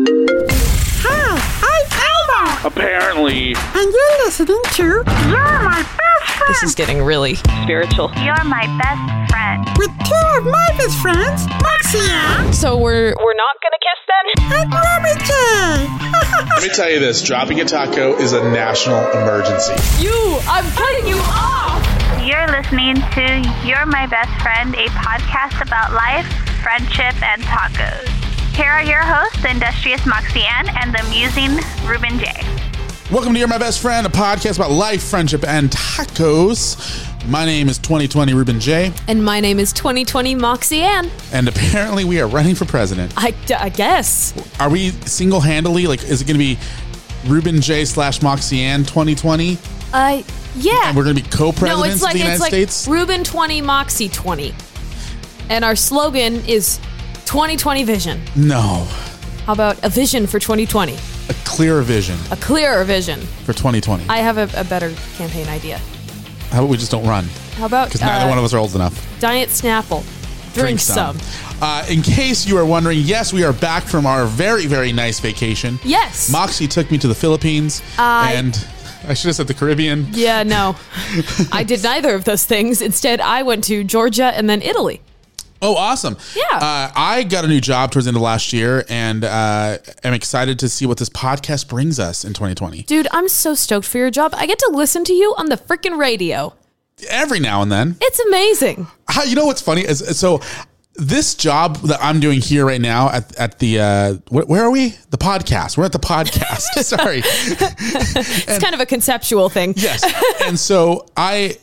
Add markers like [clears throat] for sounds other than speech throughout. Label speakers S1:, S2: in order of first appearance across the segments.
S1: Hi, Ah, I'm Elmo,
S2: Apparently,
S1: and you're listening to You're My Best Friend
S3: This is getting really spiritual.
S4: You're my best friend.
S1: with two of my best friends, Moxia
S3: So we're we're not gonna kiss then.
S1: and Ruby J. [laughs]
S5: Let me tell you this dropping a taco is a national emergency.
S3: You, I'm cutting you off.
S4: You're listening to You're My Best Friend, a podcast about life, friendship, and tacos. Here are your hosts, the industrious Moxie Ann and the amusing Ruben J.
S5: Welcome to You're My Best Friend, a podcast about life, friendship, and tacos. My name is 2020 Ruben J,
S3: And my name is 2020 Moxie Ann.
S5: and apparently we are running for president.
S3: I, I guess.
S5: Are we single handedly? Like, is it going to be Ruben J slash Moxianne 2020?
S3: Uh, yeah.
S5: And we're going to be co
S3: no,
S5: presidents
S3: it's
S5: of
S3: like
S5: the United
S3: it's like
S5: States?
S3: Ruben 20, Moxie 20. And our slogan is 2020 vision.
S5: No,
S3: How about a vision for 2020?
S5: a clearer vision
S3: A clearer vision.
S5: for 2020.
S3: I have a, a better campaign idea.
S5: How about we just don't run?
S3: How about
S5: Because neither
S3: uh,
S5: one of us are old enough.
S3: Diet Snapple. Drink, some.
S5: Uh, in case you are wondering, yes, we are back from our very, very nice vacation.
S3: Yes.
S5: Moxie took me to the Philippines
S3: Uh, I-
S5: and I should have said the Caribbean.
S3: Yeah, no. I did neither of those things. Instead, I went to Georgia and then Italy.
S5: Oh, awesome.
S3: Yeah.
S5: Uh, I got a new job towards the end of last year and uh, am excited to see what this podcast brings us in 2020.
S3: Dude, I'm so stoked for your job. I get to listen to you on the freaking radio.
S5: Every now and then. [laughs]
S3: It's amazing.
S5: How, you know what's funny? is So, this job that I'm doing here right now at, at the, uh, wh- where are we? The podcast. We're at the podcast. [laughs] Sorry.
S3: It's kind of a conceptual thing.
S5: Yes. and so I,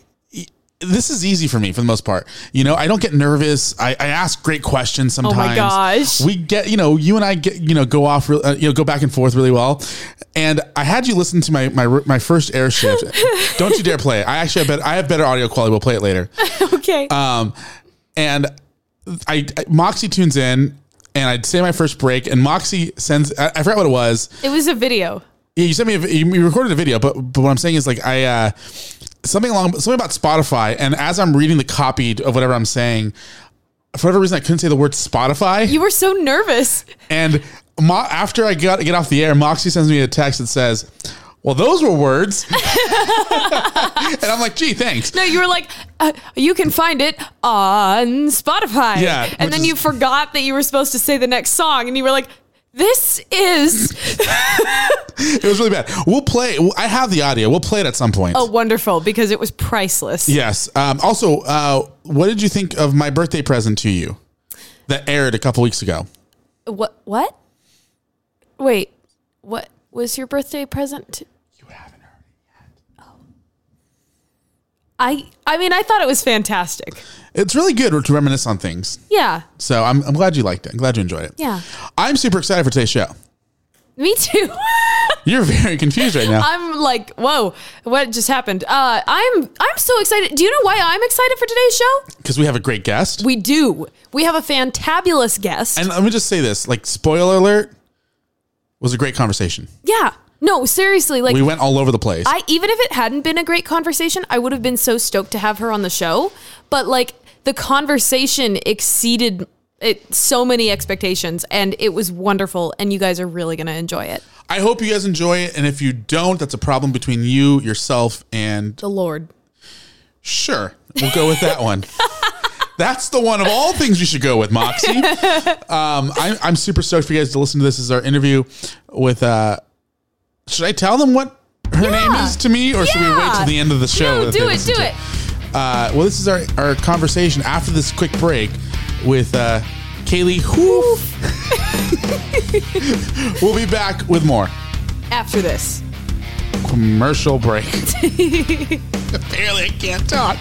S5: this is easy for me for the most part. You know, I don't get nervous. I, I ask great questions
S3: Oh my
S5: sometimes.
S3: gosh.
S5: We get, you know, you and I get, you know, go off, real- uh, you know, go back and forth really well. And I had you listen to my my, my first air
S3: [laughs]
S5: shift. don't you dare play it. I actually have better, I have better audio quality. We'll play it later.
S3: [laughs] Okay.
S5: Um, and I, I Moxie tunes in. And I'd say my first break, and Moxie sends. I, I forgot what it was.
S3: it was a video.
S5: Yeah, you sent me. A, vi- you recorded a video, but but what I'm saying is like I uh, something along something about Spotify, and as I'm reading the copy of whatever I'm saying, for whatever reason I couldn't say the word Spotify,
S3: You were so nervous.
S5: and Mo- after I got get off the air, Moxie sends me a text that says. Well, those were words, [laughs] and I'm like, "Gee, thanks."
S3: No, you were like, uh, you can find it on Spotify.
S5: Yeah, which
S3: And then
S5: is-
S3: you forgot that you were supposed to say the next song, and you were like, this is
S5: It was really bad. We'll play. I have the audio. We'll play it at some point.
S3: oh wonderful because it was priceless.
S5: yes. Um, also, uh, what did you think of my birthday present to you that aired a couple weeks ago?
S3: What? What? Wait, what was your birthday present? to-
S5: You haven't heard.
S3: I I mean, I thought it was fantastic.
S5: It's really good to reminisce on things.
S3: Yeah,
S5: So I'm, I'm glad you liked it. I'm glad you enjoyed it.
S3: yeah.
S5: I'm super excited for today's show.
S3: Me too. [laughs]
S5: You're [laughs] very confused right now.
S3: I'm like, whoa, what just happened? Uh, I'm I'm so excited. Do you know why I'm excited for today's show?
S5: Because we have a great guest.
S3: We do. We have a fantabulous guest.
S5: and let me just say this like, spoiler alert, was a great conversation.
S3: yeah. No, seriously, like
S5: we went all over the place.
S3: I even if it hadn't been a great conversation, I would have been so stoked to have her on the show. But like the conversation exceeded it so many expectations and it was wonderful and you guys are really going to enjoy it.
S5: I hope you guys enjoy it. And if you don't, that's a problem between you, yourself, and
S3: The Lord.
S5: sure, we'll go with that one. That's the one of all things you should go with, Moxie. um, I'm, I'm super stoked for you guys to listen to this. This is our interview with. Uh, should I tell them what her name is to me, or should we wait till the end of the show?
S3: No,
S5: that they
S3: do it,
S5: listen
S3: do
S5: to?
S3: it.
S5: Uh, well, this is our, our conversation after this quick break with uh, Kaylee Hoof. [laughs] we'll be back with more
S3: After this.
S5: commercial
S3: [laughs]
S5: break. Apparently, I can't talk.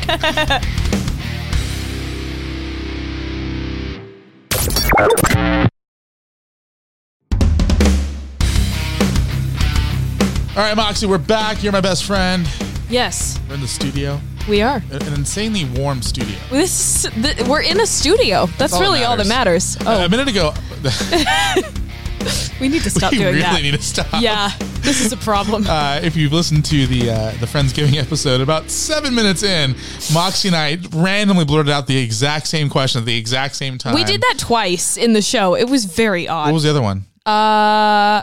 S5: All right, Moxie, we're back. You're my best friend.
S3: Yes,
S5: We're in the studio,
S3: we are.
S5: an insanely warm studio.
S3: This is, th- we're in a studio. That's,
S5: all that
S3: really all that matters. Oh,
S5: A minute ago, [laughs]
S3: we need to stop
S5: we
S3: doing
S5: really
S3: that.
S5: need to stop.
S3: yeah, this is a problem.
S5: [laughs] Uh, if you've listened to the uh, the Friendsgiving [laughs] episode, about seven minutes in, Moxie and I randomly blurted out the exact same question at the exact same time.
S3: we did that twice in the show. It was very
S5: What
S3: odd.
S5: was the other one?
S3: Uh,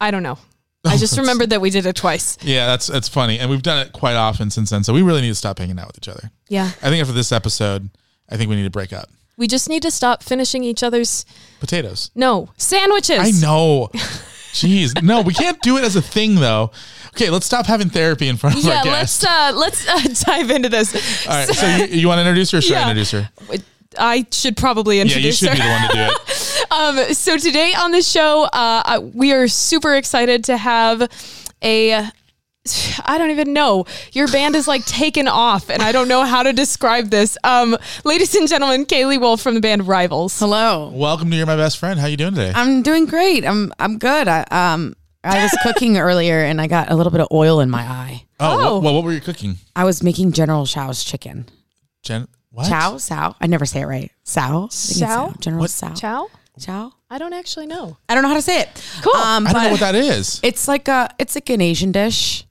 S3: I don't know.
S5: [laughs]
S3: I just remembered that we did it twice.
S5: Yeah, that's that's funny, and we've done it quite often since then. So we really need to stop hanging out with each other.
S3: Yeah.
S5: I think after this episode, I think we need to break up.
S3: We just need to stop finishing each other's
S5: Potatoes.
S3: no sandwiches.
S5: I
S3: [laughs]
S5: know. [laughs] Jeez, no, we can't do it as a thing though. Okay, let's stop having therapy in front of
S3: Yeah,
S5: our guests.
S3: let's uh, let's uh, [laughs] dive into this.
S5: All right, so you, you want to introduce her? Or should I
S3: Yeah.
S5: introduce her?
S3: [laughs] I should probably
S5: Yeah, you
S3: introduce
S5: should be the
S3: her.
S5: one to do
S3: [laughs]
S5: it.
S3: Um, so today on the show, uh, I- we are super excited to have a. [sighs] I don't even know. Your band is like taken off, and I don't know how to describe this. Um, ladies and gentlemen, Kaylee Wolf from the band Rivals.
S1: Hello.
S5: Welcome to You're My Best Friend. How you doing today?
S1: I'm doing great. I'm I'm good. I um I was cooking earlier and I got a little bit of oil in my eye.
S5: Oh,
S3: Oh.
S5: Well, what were you cooking?
S1: I was making General Chow's chicken.
S5: Jen? What?
S1: Chow, sow. I never say it right. Sow. I think it's
S3: Sow?
S1: General
S5: What?
S1: sow.
S3: Chow?
S1: Chow.
S3: I don't actually know.
S1: I don't know how to say it.
S3: Cool.
S1: Um,
S5: I don't know what
S1: but
S5: that is.
S1: it's like a it's like an Asian dish.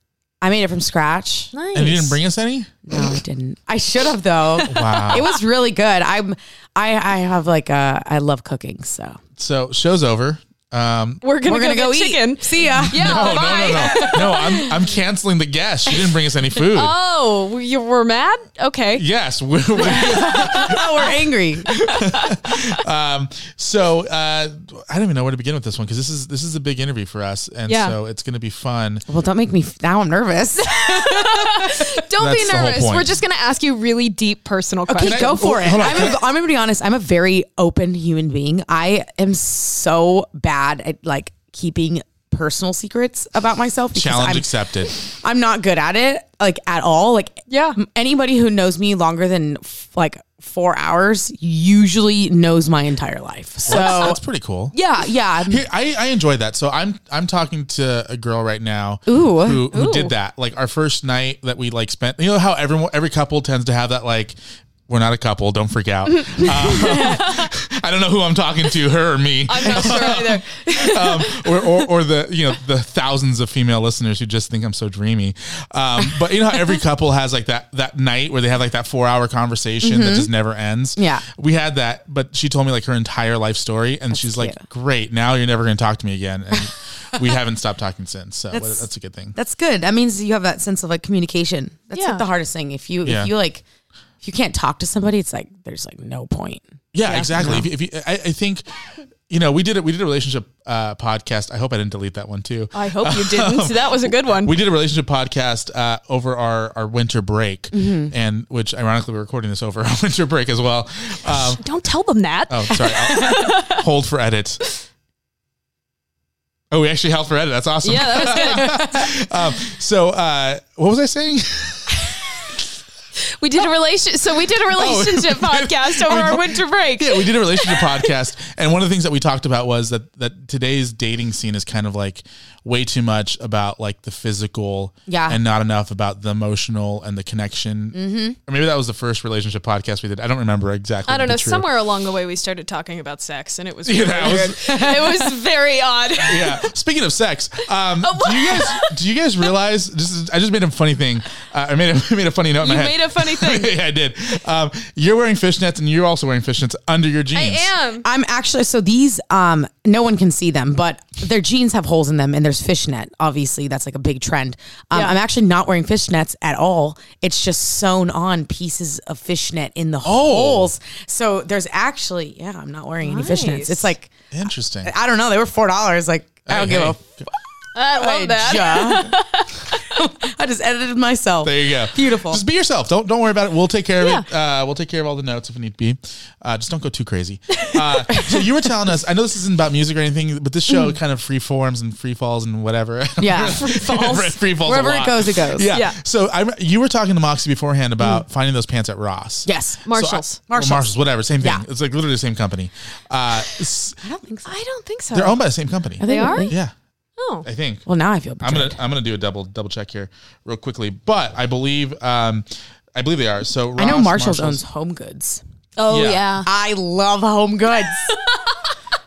S1: I made it from scratch.
S3: Nice.
S5: And you didn't bring us any?
S1: No,
S3: [laughs]
S1: I didn't. I should have though.
S5: Wow.
S1: It was really good. I'm I I have like uh I love cooking, so
S5: So show's over. Um,
S3: We're gonna
S1: we're gonna
S3: go,
S1: go,
S3: get
S1: eat.
S3: chicken.
S1: See ya.
S3: [laughs] Yeah.
S5: no, no,
S3: bye.
S5: no, no, no. I'm I'm canceling the guest. She didn't bring us any food.
S3: Oh, you were mad? Okay.
S5: Yes. [laughs] we we-
S1: Oh, we're angry.
S5: so uh, I don't even know where to begin with this one because this is this is a big interview for us, and
S3: Yeah.
S5: so it's going to be fun.
S1: Well, don't make me f- now I'm
S3: [laughs]
S1: nervous.
S3: Don't
S5: That's
S3: be
S5: the whole
S3: nervous.
S5: point.
S3: We're just gonna ask you really deep personal
S1: Okay,
S3: questions.
S5: I-
S1: go for it.
S5: hold on,
S1: I'm,
S5: can
S1: a, I'm gonna be honest. I'm a very open human being. I am so bad at like keeping personal secrets about myself. because
S5: Challenge
S1: I'm,
S5: accepted.
S1: I'm not good at it, like at all. Like,
S3: Yeah.
S1: m- anybody who knows me longer than f- like four hours usually knows my entire life. So,
S5: That's, that's pretty cool.
S1: yeah, yeah. I'm-
S5: Here, I, I enjoyed that. So I'm I'm talking to a girl right now
S1: Ooh.
S5: who who
S3: Ooh.
S5: did that. Like our first night that we like spent. You know how everyone every couple tends to have that like we're not a couple. Don't freak out. Um, [laughs] I don't know who I'm talking to, her or me,
S3: I'm not
S1: [laughs]
S3: sure either.
S5: um, or, or or the you know the thousands of female listeners who just think I'm so dreamy. Um, but you know how
S1: [laughs]
S5: every couple has like that that night where they have like that four hour conversation that just never ends.
S1: Mm-hmm. Yeah.
S5: we had that, but she told me like her entire life story, and she's like,
S1: cute.
S5: "Great, now you're never going to talk to me again."
S1: [laughs]
S5: And we haven't stopped talking since, so that's,
S1: That's-
S5: that's a good thing.
S1: That's good. That means you have that sense of like communication. That's
S3: Yeah.
S1: like the hardest thing. If you
S5: Yeah.
S1: if you like if you can't talk to somebody, it's like there's like no point.
S5: Yeah, exactly. If you, if you, I, I think, you know, we did it. We did a relationship uh, podcast. I hope I didn't delete that one too.
S3: I hope you didn't. [laughs] That was a good one.
S5: We did a relationship podcast uh, over our, our winter break,
S3: Mm-hmm.
S5: and which ironically we're recording this over [laughs] our winter break as well. Um,
S3: Don't tell them that.
S5: oh, sorry.
S3: [laughs]
S5: I'll hold for edit. Oh, we actually held for edit. That's awesome. Um,
S3: Yeah, that was
S5: [laughs] So, uh, what was I saying?
S3: good. We did a relation. So we did
S5: [laughs]
S3: a relationship podcast over our winter break.
S5: yeah, Oh. we did a relationship [laughs] podcast, and one of the things that we talked about was that that today's dating scene is kind of like way too much about like the physical,
S1: Yeah.
S5: and not enough about the emotional and the connection. Mm-hmm. Or maybe that was the first relationship podcast we did. I don't remember exactly.
S3: I don't
S5: to be
S3: know.
S5: true.
S3: Somewhere along the way, we started talking about sex, and it was,
S5: Yeah, that
S3: really
S5: was-
S3: weird.
S5: [laughs]
S3: it was very odd.
S5: yeah. Speaking of sex,
S3: [laughs]
S5: um,
S3: Oh,
S5: do you guys do you guys realize? This is, I just made a funny thing. Uh, I made a [laughs] I made a funny note. In
S3: You
S5: my head.
S3: made a funny thing.
S5: [laughs] yeah, I did. Um, you're wearing fishnets, and you're also wearing fishnets under your jeans.
S3: I am.
S1: I'm actually so these um no one can see them, but their jeans have holes in them and there's fishnet. Obviously, that's like a big trend. Um,
S3: Yeah.
S1: I'm actually not wearing fishnets at all. It's just sewn on pieces of fishnet in the holes. So there's actually yeah, I'm not wearing any fishnets. It's like
S5: Interesting.
S1: I don't know, they were four dollars. Like I don't
S5: Hey,
S1: give
S5: hey.
S1: a f-
S3: [laughs] I love that.
S1: yeah. I just edited myself.
S5: There you go.
S1: Beautiful.
S5: Just be yourself. Don't don't worry about it. We'll take care of it.
S3: Yeah.
S5: Uh, we'll take care of all the notes if we need to be. Uh, just don't go too crazy. Uh, so you were telling us. I know this isn't about music or anything, but this show kind of free forms and free falls and whatever.
S1: Mm.
S5: [laughs]
S1: Yeah. Free falls.
S5: free falls. a
S1: Wherever it
S5: lot.
S1: goes, it goes. Mm.
S5: Yeah.
S3: Yeah.
S5: So I you were talking to Moxie beforehand about finding those pants at Ross.
S1: Yes.
S5: So I-
S3: Marshalls.
S5: or
S1: Marshalls.
S5: Marshalls. Whatever. Same thing.
S1: Yeah.
S5: It's like literally the same company. Uh, s-
S1: I don't think so.
S3: I don't think so.
S5: they're owned by the same company.
S1: Are they,
S3: They are?
S1: really?
S5: Yeah.
S3: oh.
S5: I think.
S1: Well, now I feel
S5: I'm gonna
S1: betrayed.
S5: I'm gonna do a double double check here real quickly, but I believe um I believe they are. So
S1: I know
S5: Ross,
S1: Marshalls, owns Home Goods.
S3: Oh
S5: Yeah.
S3: yeah.
S1: I love Home Goods.
S3: [laughs]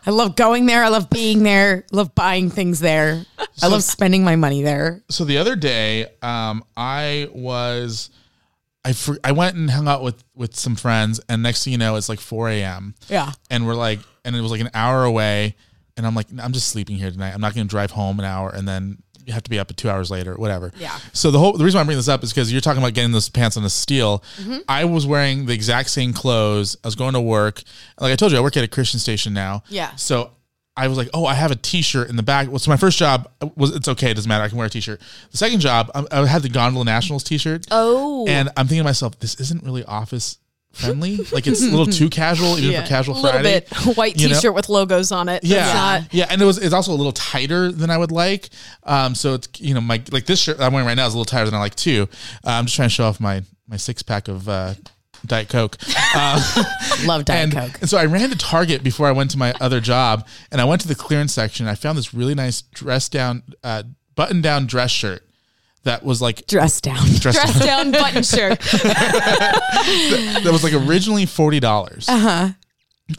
S1: I love going there. I love being there. I love buying things there. I love spending my money there.
S5: So the other day, um, I was I fr- I went and hung out with with some friends, and next thing you know, it's like 4 a.m.
S1: Yeah.
S5: and we're like, and it was like an hour away, and I'm like, I'm just sleeping here tonight. I'm not gonna drive home an hour and then. You have to be up two hours later, whatever.
S1: Yeah.
S5: So the whole the reason why I'm bringing this up is because you're talking about getting those pants on a steal.
S1: Mm-hmm.
S5: I was wearing the exact same clothes. I was going to work. Like I told you, I work at a Christian station now.
S1: Yeah.
S5: So I was like, oh, I have a T-shirt in the back. Well, so my first job uh, was it's okay, it doesn't matter. I can wear a T-shirt. The second job, um, I, I had the Gondola Nationals T-shirt.
S3: Oh.
S5: and I'm thinking to myself, this isn't really office friendly. like it's a little too casual, even
S1: Yeah.
S5: for casual
S3: A little
S5: Friday.
S3: bit white
S5: you know?
S3: T-shirt with logos on it. That's
S5: Yeah, [laughs]
S3: not-
S5: yeah, and it was it's also a little tighter than I would like. Um, so it's you know my like this shirt I'm wearing right now is a little tighter than I like too. Uh, I'm just trying to show off my my six pack of uh, Diet
S3: [laughs]
S5: Coke.
S1: Love Diet
S5: and,
S1: Coke.
S5: and so I ran to Target before I went to my other job, and I went to the clearance section. I found this really nice dress down, uh, button down dress shirt that was like [laughs]
S1: Dress down.
S5: dress
S3: dress down button
S5: [laughs]
S3: shirt.
S5: that was like originally forty dollars uh-huh.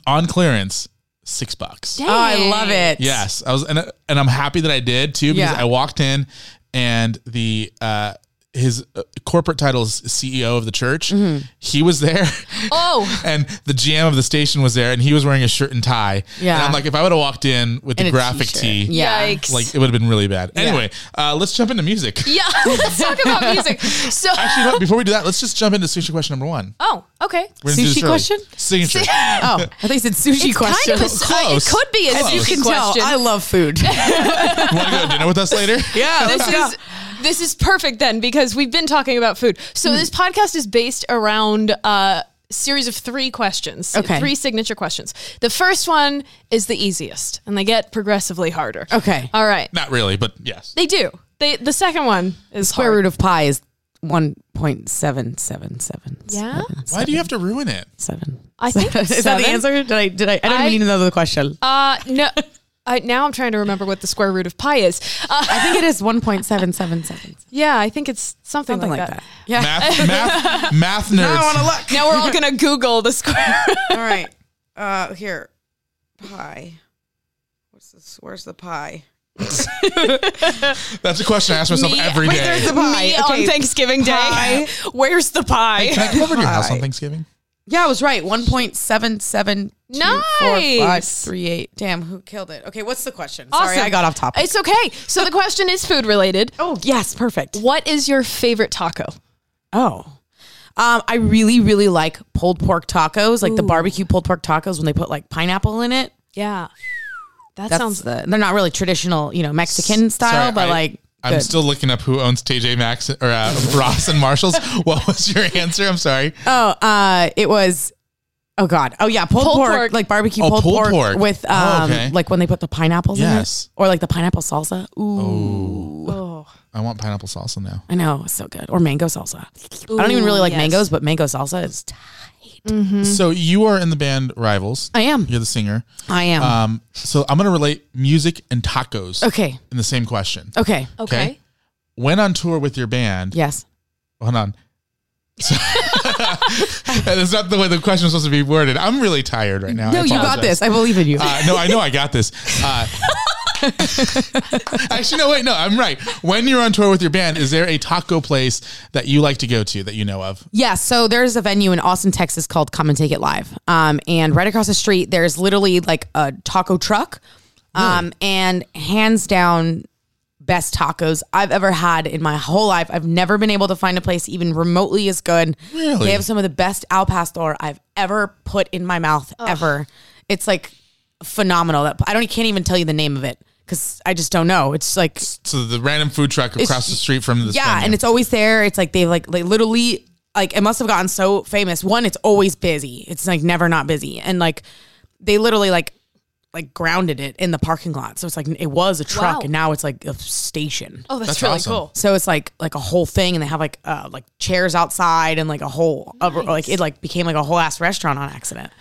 S5: on clearance, six bucks.
S1: Oh, I love it.
S5: Yes, I was, and, and I'm happy that I did too because
S1: Yeah.
S5: I walked in and the uh, his uh, corporate title is CEO of the church.
S1: Mm-hmm.
S5: He
S1: [laughs]
S5: was there.
S3: Oh.
S5: and the GM of the station was there, and he was wearing a shirt and tie. and
S1: Yeah.
S5: I'm like, if I would have walked in with
S1: And
S5: the
S1: a
S5: graphic
S1: t-shirt.
S5: tee,
S1: Yeah.
S3: Yikes.
S5: like it would have been really bad. Anyway, uh, let's jump
S1: [laughs]
S5: into music.
S3: yeah. [laughs] Let's talk about
S5: [laughs]
S3: music. So.
S5: Actually, no, before we do that, let's just jump into sushi question number one.
S3: oh. Okay.
S5: We're gonna do
S1: Sushi
S5: this early.
S1: question?
S5: Signature.
S1: Oh, I think it's said sushi
S3: It's
S1: question.
S3: kind of a,
S1: [laughs]
S3: uh, it
S5: Close.
S3: could be a
S5: As you
S3: sushi
S5: can
S3: question.
S1: I love food.
S3: [laughs]
S1: yeah,
S5: you want to go to dinner with us
S1: [laughs]
S5: later?
S1: let's
S3: this
S1: go.
S3: is this is perfect then because we've been talking about food.
S1: Hmm.
S3: So this podcast is based around a series of three questions,
S1: Okay.
S3: three signature questions. The first one is the easiest, and they get progressively harder.
S1: Okay.
S3: All right.
S5: Not really, but yes.
S3: They do. They the second one is
S1: Square
S3: hard.
S1: root of pi is one point seven seven seven. [laughs]
S3: Yeah?
S5: Why do you have to ruin it?
S1: Seven.
S3: I
S1: [laughs]
S3: think
S1: is that the
S3: seven.
S1: answer? Did I? Did I? I don't
S3: I-
S1: even need
S6: [laughs]
S1: another question.
S3: Uh no. I, now I'm trying to remember what the square root of pi is. Uh,
S1: I think it is one point seven seven [laughs] seven.
S3: yeah, I think it's something,
S1: Something
S3: like,
S1: like
S3: that.
S1: that.
S3: Yeah.
S1: [laughs]
S5: Math, math, math nerds.
S1: look.
S3: Now we're all gonna Google
S1: [laughs]
S3: the square.
S6: All right. Uh here. Pie. What's this? Where's the pie?
S5: That's a question I ask myself
S3: Me-
S5: every
S3: wait,
S5: day.
S6: the pie.
S3: Me on Thanksgiving Day.
S6: Pie.
S3: Where's the pie?
S5: Can I come over to your house on Thanksgiving?
S6: Yeah, I was right. One point seven seven
S3: Nice.
S6: three eight. Damn, who killed it? Okay, what's the question? Sorry,
S3: Awesome.
S6: I got off topic.
S3: It's okay. So the question is food related.
S1: Oh yes, perfect.
S3: What is your favorite taco?
S1: Oh. Um, I really, really like pulled pork tacos, like the barbecue pulled pork tacos when they put like pineapple in it.
S3: Yeah. That
S1: That's
S3: sounds
S1: the, they're not really traditional, you know, Mexican style,
S5: Sorry,
S1: but
S5: I-
S1: like
S5: I'm
S1: good.
S5: still looking up who owns TJ Maxx or uh, Ross
S1: [laughs]
S5: and Marshalls. What was your answer? I'm sorry.
S1: Oh, uh, it was. Oh God! Oh yeah, pulled,
S3: Pulled
S1: pork,
S3: pork.
S1: like barbecue
S5: Oh,
S1: pulled,
S5: pulled
S1: pork,
S5: pork.
S1: with
S5: Oh,
S1: um,
S5: okay.
S1: like when they put the pineapples
S5: Yes.
S1: in it, or like the pineapple salsa. Ooh,
S5: I want pineapple salsa now.
S1: I know, it's so good. Or mango salsa. I don't even really like mangoes, but mango salsa is.
S5: So you are in the band Rivals.
S1: Mm-hmm. I am.
S5: You're the singer.
S1: I am.
S5: Um, so I'm going to relate music and tacos.
S1: Okay.
S5: In the same question.
S1: okay.
S3: okay.
S5: When on tour with your band,
S1: Yes.
S5: hold on. So- [laughs] That's not the way the question was supposed to be worded. I'm really tired right now. I
S1: no, you got
S5: apologize.
S1: this. I believe in you.
S5: Uh, no, I know I got this. Uh, [laughs] actually, no, wait, no, I'm right. When you're on tour with your band, is there a taco place that you like to go to that you know of?
S1: Yeah, so there's a venue in Austin, Texas called Come and Take It Live. Um, and right across the street, there's literally like a taco truck. Um, and hands down, best tacos I've ever had in my whole life. I've never been able to find a place even remotely as good.
S5: Really?
S1: They have some of the best al pastor I've ever put in my mouth ever. It's like phenomenal. That I don't can't even tell you the name of it. because I just don't know. It's like
S5: So the random food truck across the street from the
S1: yeah, and it's always there. It's like they like like literally like it must have gotten so famous. One, it's always busy. It's like never not busy, and like they literally like like grounded it in the parking lot. So it's like it was a truck,
S3: Wow.
S1: and now it's like a station.
S3: Oh, that's,
S5: That's
S3: really
S5: awesome.
S3: cool.
S1: So it's like like a whole thing, and they have like uh like chairs outside, and like a whole upper- like it like became like a whole ass restaurant on accident.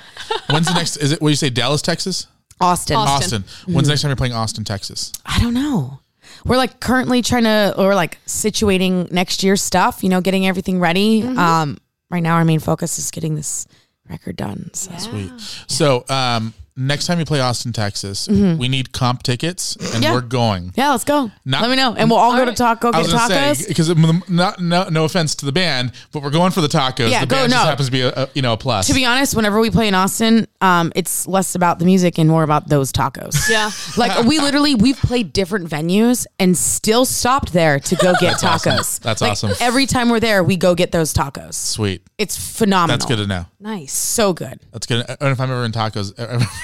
S5: when's the next? Is it? What do you say? Dallas, Texas?
S1: Austin,
S5: Austin. When's the next time you're playing Austin, Texas?
S1: I don't know. We're like currently trying to, or like situating next year's stuff. You know, getting everything ready. Um, right now our main focus is getting this record done. So.
S5: Sweet. So um, next time you play Austin, Texas, we need comp tickets, and
S1: Mm-hmm. Yeah.
S5: we're going.
S1: Yeah, let's go.
S5: Not-
S1: Let me know, and we'll all, go to
S3: right.
S1: taco
S5: I
S1: get
S5: was gonna
S1: tacos.
S5: say because not no no offense to the band, but we're going for the tacos.
S1: Yeah,
S5: the
S1: go-
S5: band just
S1: no.
S5: happens to be a, a- you know a plus.
S1: to be honest, whenever we play in Austin, um, it's less about the music and more about those tacos.
S3: Yeah.
S1: [laughs] like we literally we've played different venues and still stopped there to go get
S5: awesome.
S1: tacos.
S5: [laughs] That's
S1: Like,
S5: awesome.
S1: Every time we're there, we go get those tacos.
S5: Sweet.
S1: It's phenomenal.
S5: That's good to know.
S3: Nice.
S1: So good.
S5: That's good. And if I'm ever in tacos, [laughs]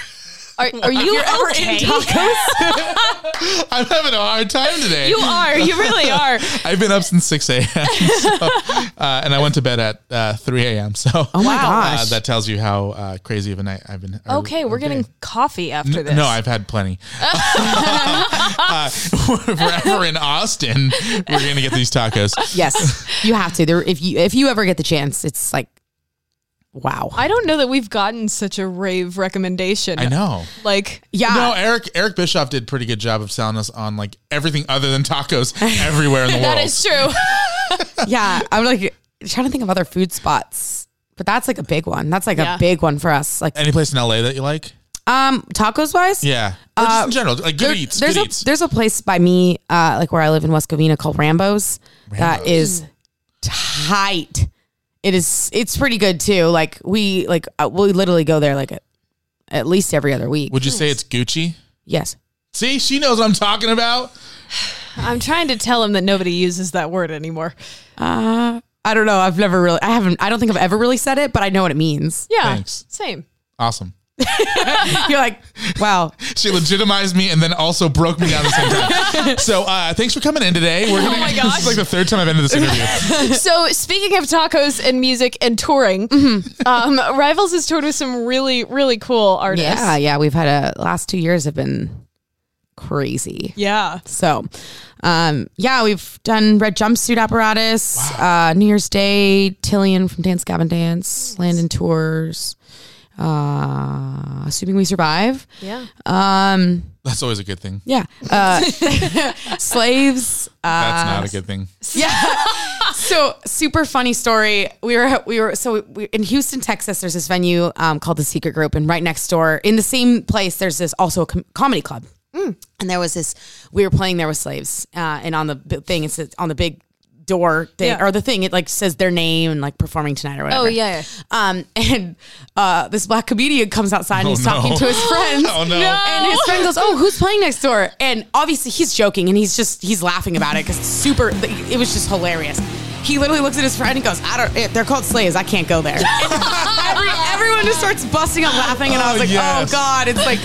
S3: Are, [laughs] are you
S1: ever
S3: okay?
S1: in tacos?
S5: I'm having a hard time today.
S3: [laughs] you are. You really are.
S5: I've been up since 6 a.m. [laughs] so, uh, and I went to bed at uh, 3 a.m. So
S1: Oh my
S5: uh,
S1: gosh.
S5: that tells you how uh, crazy of a night I've been. or-
S3: Okay, we're
S5: or day.
S3: getting coffee after
S5: N-
S3: this.
S5: No, I've
S1: [laughs]
S5: had plenty. [laughs] uh, [laughs] if we're ever in Austin, we're going to get these tacos.
S1: Yes, [laughs] you have to. There, if you if you ever get the chance, it's like, wow.
S3: I don't know that we've gotten such a rave recommendation.
S5: I know.
S3: Like,
S1: yeah,
S5: No, Eric Eric Bischoff did a pretty good job of selling us on like everything other than tacos [laughs] everywhere
S1: [laughs]
S5: in the world.
S3: that is true.
S1: yeah. I'm like trying to think of other food spots, but that's like a big one. That's like
S3: Yeah.
S1: a big one for us. Like,
S5: Any place in LA that you like?
S1: um, tacos wise,
S5: Yeah. Or just in general, like good
S1: Uh, there-
S5: eats.
S1: there's
S5: Good
S1: a
S5: eats.
S1: there's a place by me, uh, like where I live in West Covina called Rambo's. That
S5: Rambo's.
S1: is tight. It is. It's pretty good too. Like we like uh, we literally go there like at, at least every other week.
S5: Would you say it's Gucci?
S1: yes.
S5: See, she knows what I'm talking about.
S3: I'm trying to tell him that nobody uses that word anymore.
S1: Uh, I don't know. I've never really. I haven't. I don't think I've ever really said it, but I know what it [laughs] means.
S3: Yeah.
S5: Thanks.
S3: Same.
S5: Awesome.
S1: You're like, wow.
S5: She legitimized me and then also broke me down at the same
S1: [laughs]
S5: time. So uh, thanks for coming in today.
S1: Oh
S5: We're gonna, [laughs]
S3: my
S5: This is like the third time I've ended this
S1: [laughs]
S5: interview.
S3: So, speaking of tacos and music and touring,
S1: Mm-hmm.
S3: um, Rivals has toured with some really, really cool artists.
S1: Yeah, yeah. We've had a last two years have been crazy.
S3: Yeah.
S1: So, um, yeah, we've done red jumpsuit apparatus, uh, New Year's Day, Tillian from Dance Gavin Dance, Landon tours. Uh, assuming we survive.
S3: Yeah.
S1: Um,
S5: That's always a good thing.
S1: yeah. [laughs] Uh, slaves.
S5: That's not a good thing.
S1: so super funny story. We were we were so we, in Houston, Texas. There's this venue um, called the Secret Group, and right next door, in the same place, there's this also a com- comedy club.
S3: Mm.
S1: And there was this. We were playing there with slaves, uh, and on the b- thing, it's it's on the big door thing
S3: Yeah.
S1: or the thing. It like says their name and like performing tonight or whatever.
S3: Oh, yeah.
S1: Um, [laughs] and uh, this black comedian comes outside and
S5: Oh,
S1: he's
S5: no.
S1: talking to his friends.
S5: Oh, no. No.
S1: And his friend goes, "Oh, who's playing next door?" And obviously he's joking and he's just he's laughing about it because super. It was just hilarious. He literally looks at his friend and goes, "I don't. eh, They're called slaves. I can't go [laughs] there." Every, everyone just starts busting up laughing, and I was
S5: Oh,
S1: like,
S5: yes.
S1: "Oh God!" It's like.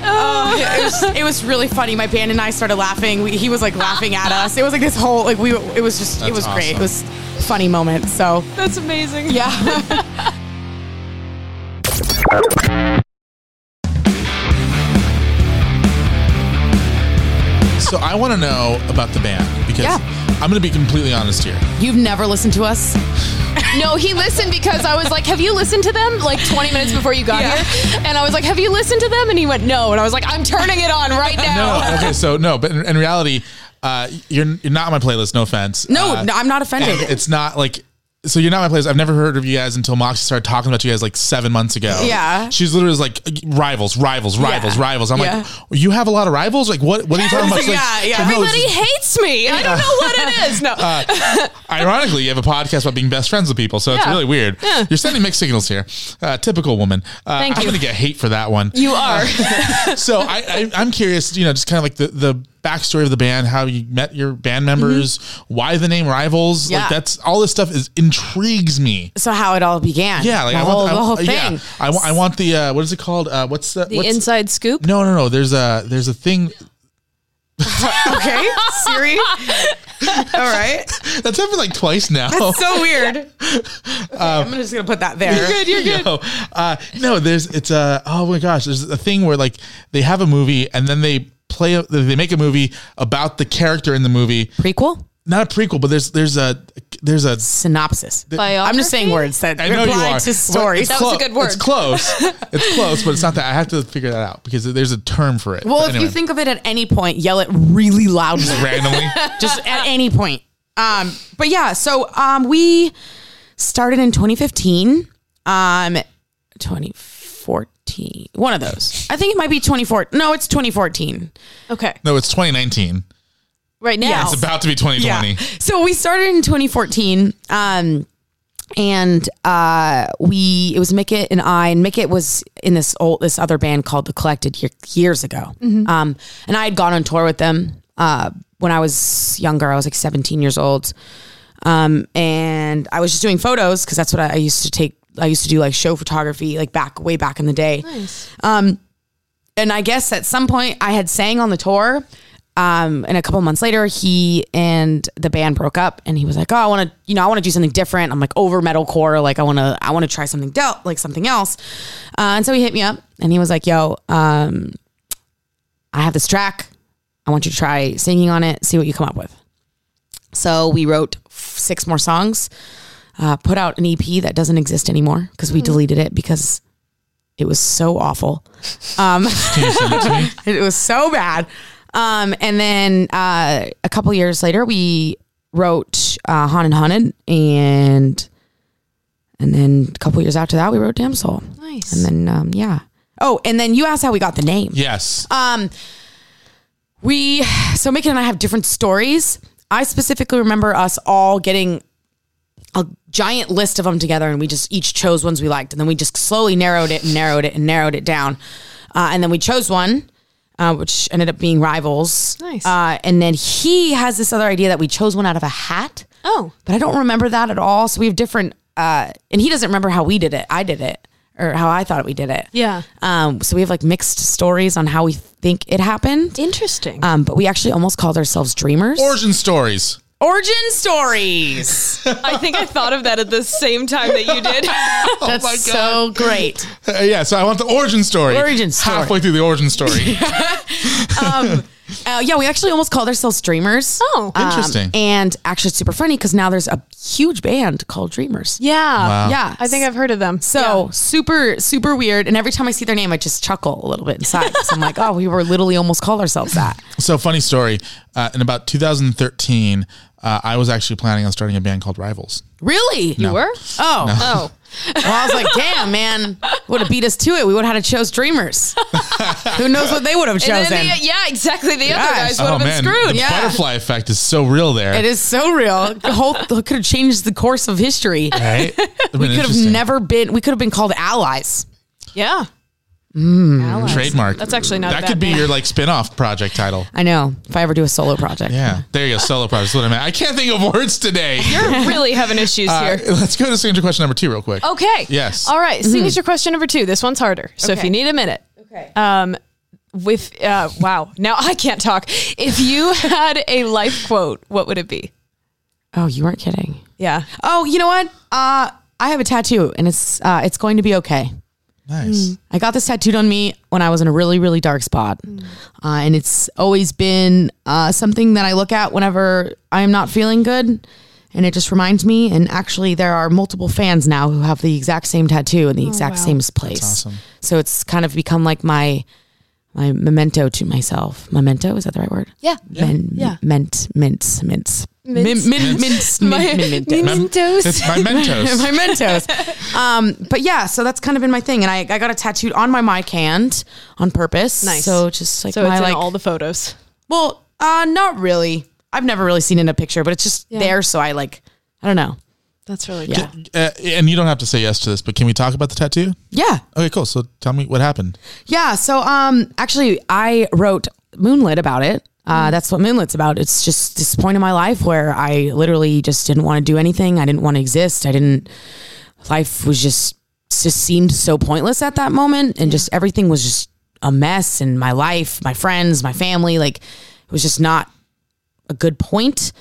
S1: Oh, it was, it was really funny. My band and I started laughing. We, he was like laughing at us. It was like this whole like we. It was just.
S5: That's
S1: it was great. It
S5: awesome.
S1: was a funny moment. So
S3: That's amazing.
S1: yeah.
S5: So I want to know about the band because
S1: Yeah.
S5: I'm going to be completely honest here.
S1: You've never listened to us?
S3: No, he listened because I was like, Have you listened to them? Like 20 minutes before you got here. And I was like, Have you listened to them? And he went, No. And I was like, I'm turning it on
S5: [laughs]
S3: right now.
S1: [laughs]
S5: No, okay, so no, but in, in reality, uh, you're you're not on my playlist. No offense.
S1: No,
S5: Uh,
S1: no I'm not offended.
S5: it's not like so you're not my place. I've never heard of you guys until Moxie started talking about you guys like seven months ago.
S1: Yeah.
S5: she's literally like rivals, rivals, rivals,
S1: Yeah.
S5: rivals. I'm
S1: Yeah.
S5: like, you have a lot of rivals. Like what? What are you talking about? She's like,
S1: [laughs] Yeah, yeah.
S5: "No,
S1: [laughs]
S5: it's-
S3: Everybody hates me. I don't know what it is. No.
S5: Ironically, you have a podcast about being best friends with people, so it's
S3: Yeah.
S5: really weird. You're sending mixed signals here. Uh, typical woman. Uh,
S3: Thank
S5: I'm
S3: you.
S5: gonna get hate for that one.
S3: you are.
S5: so I, I, I'm curious, you know, just kind of like the the backstory of the band, how you met your band members, why the name Rivals.
S1: Mm-hmm. Yeah.
S5: Like that's all this stuff is intrigues me.
S1: so how it all began.
S5: Yeah, like
S1: the
S5: I
S1: whole,
S5: want, I-
S1: the whole
S5: I,
S1: thing.
S5: Yeah, I want, I want the uh, what is it called? Uh, what's the,
S3: The
S5: what's,
S3: inside scoop.
S5: No, no, no. There's a there's a thing. [laughs]
S7: okay, Siri. All right.
S5: That's happened like twice now. [laughs]
S7: So weird. Okay,
S5: Um,
S7: I'm just gonna put that there.
S5: You're good. No, uh, no, there's it's a oh my gosh, there's a thing where like they have a movie and then they play they make a movie about the character in the movie,
S1: Prequel?
S5: not a prequel, but there's there's a there's a
S1: Synopsis. I'm just saying words that
S5: I know you
S1: reply
S5: are.
S1: to stories.
S3: That was a good word.
S5: It's close. it's close, but it's not that. I have to figure that out because there's a term for it.
S1: Well,
S5: But
S1: if you
S5: anyway.
S1: think of it at any point, yell it really loudly.
S3: [laughs]
S1: [laughs]
S5: randomly,
S1: just at any point. Um, but yeah, so um, we started in 2015, um, 2014, one of those. I think it might be 24. No, it's 2014.
S3: Okay.
S5: no, it's 2019.
S3: Right now.
S1: Yes.
S5: It's about to be 2020.
S1: So we started in 2014. Um, and uh, we it was Mickett and I and Mickett was in this old this other band called The Collected year, years ago.
S5: Mm-hmm.
S1: Um, and I had gone on tour with them uh, when I was younger. I was like 17 years old. Um, and I was just doing photos because that's what I, I used to take. I used to do like show photography, like back way back in the day. Um, and I guess at some point I had sang on the tour. Um, and a couple months later, he and the band broke up, and he was like, "Oh, I want to, you know, I want to do something different. I'm like over metalcore, like I want to, I want to try something del- like something else." Uh, and so he hit me up, and he was like, "Yo, um, I have this track. I want you to try singing on it. See what you come up with." So we wrote f- six more songs, uh, put out an EP that doesn't exist anymore because we deleted it because it was so awful. Um, [laughs] it was so bad. Um, and then uh, a couple years later, we wrote uh, Haunted Haunted, and and then a couple years after that, we wrote Damn Soul.
S3: Nice.
S1: And then um, yeah. Oh, and then you asked how we got the name.
S5: Yes.
S1: Um, we so Mickey and I have different stories. I specifically remember us all getting a giant list of them together, and we just each chose ones we liked, and then we just slowly narrowed it and narrowed it and narrowed it down, uh, and then we chose one. Uh, which ended up being rivals.
S3: Nice.
S1: Uh, and then he has this other idea that we chose one out of a hat
S3: Oh.
S1: but I don't remember that at all. So we have different, uh, and he doesn't remember how we did it. I did it, or how I thought we did it.
S3: Yeah.
S1: Um, so we have like mixed stories on how we think it happened.
S3: Interesting.
S1: Um, but we actually almost called ourselves dreamers.
S5: Origin stories.
S1: Origin
S5: [laughs]
S1: stories.
S3: I think I thought of that at the same time that you did.
S5: Oh
S1: That's so great.
S5: Uh, yeah, so I want the origin story.
S1: Origin story.
S5: Halfway through the origin story.
S1: [laughs] Uh, yeah, we actually almost called ourselves dreamers.
S3: Oh.
S1: Um,
S5: Interesting.
S1: and actually, it's super funny because now there's a huge band called Dreamers.
S3: yeah.
S1: [laughs] Yeah.
S3: I think I've heard of them.
S1: So super, super weird. And every time I see their name, I just chuckle a little bit inside. 'cause I'm like, [laughs] oh, we were literally almost called ourselves that.
S5: So funny story. Uh, in about 2013, uh, I was actually planning on starting a band called Rivals.
S1: Really?
S3: you were?
S1: Oh,
S5: [laughs]
S3: Oh.
S1: well, I was like, damn, man, would have beat us to it. We would have had to chose
S5: [laughs]
S1: Dreamers. Who knows what they would have
S3: And
S1: chosen?
S3: then the, yeah, exactly. The other
S1: Gosh.
S3: guys would have been screwed.
S5: Oh, the
S1: yeah.
S5: butterfly effect is so real there.
S1: it is so real. The whole could have changed the course of history.
S5: Right?
S1: [laughs] We could have never been. We could have been called allies.
S3: Yeah. Allies.
S5: trademark.
S3: That's actually not a
S5: that
S3: bad
S5: could be
S3: name.
S5: your like spin-off project title.
S1: I know. If I ever do a solo project,
S5: Yeah, there you go. Solo project. That's what I meant. I can't think of words today.
S3: You're [laughs] really having issues
S5: Uh,
S3: here.
S5: let's go to signature question number two real quick.
S1: Oh.
S3: Okay.
S5: Yes.
S3: All right. Signature question number two. This one's harder. So if you need a minute. Okay. Um, with uh, wow. Now I can't talk. If you had a life quote, what would it be?
S1: Oh, you weren't kidding.
S3: Yeah.
S1: Oh, you know what? Uh, I have a tattoo, and it's uh, it's going to be okay.
S5: Nice.
S1: I got this tattooed on me when I was in a really, really dark spot. Uh, and it's always been uh, something that I look at whenever I'm not feeling good. And it just reminds me. And actually, there are multiple fans now who have the exact same tattoo in the exact same place.
S5: awesome.
S1: So it's kind of become like my my memento to myself. Memento is that the right word?
S3: Yeah.
S1: Men,
S3: Yeah.
S1: Mint. Mint. Mint. Mint.
S3: Mints.
S1: Mint. Mint. Mint.
S3: My-
S1: mint-
S3: Min-
S1: mint-
S5: Mem-
S3: Mentos.
S5: It's my
S1: [laughs]
S5: Mentos.
S1: my Mentos. um, but yeah, so that's kind of been my thing, and I, I got a tattooed on my mic hand on purpose.
S3: Nice.
S1: So just like
S3: So
S1: my
S3: it's
S1: like
S3: in all the photos.
S1: well, uh, not really. I've never really seen it in a picture, but it's just there. So I like I don't know.
S3: That's really
S1: Yeah.
S5: Uh, and you don't have to say yes to this, but can we talk about the tattoo?
S1: Yeah.
S5: Okay, cool. So tell me what happened.
S1: Yeah. So um, actually, I wrote Moonlit about it. Uh, that's what Moonlit's about. It's just this point in my life where I literally just didn't want to do anything. I didn't want to exist. I didn't. Life was just just seemed so pointless at that moment, and just everything was just a mess. And my life, my friends, my family, like It was just not a good point.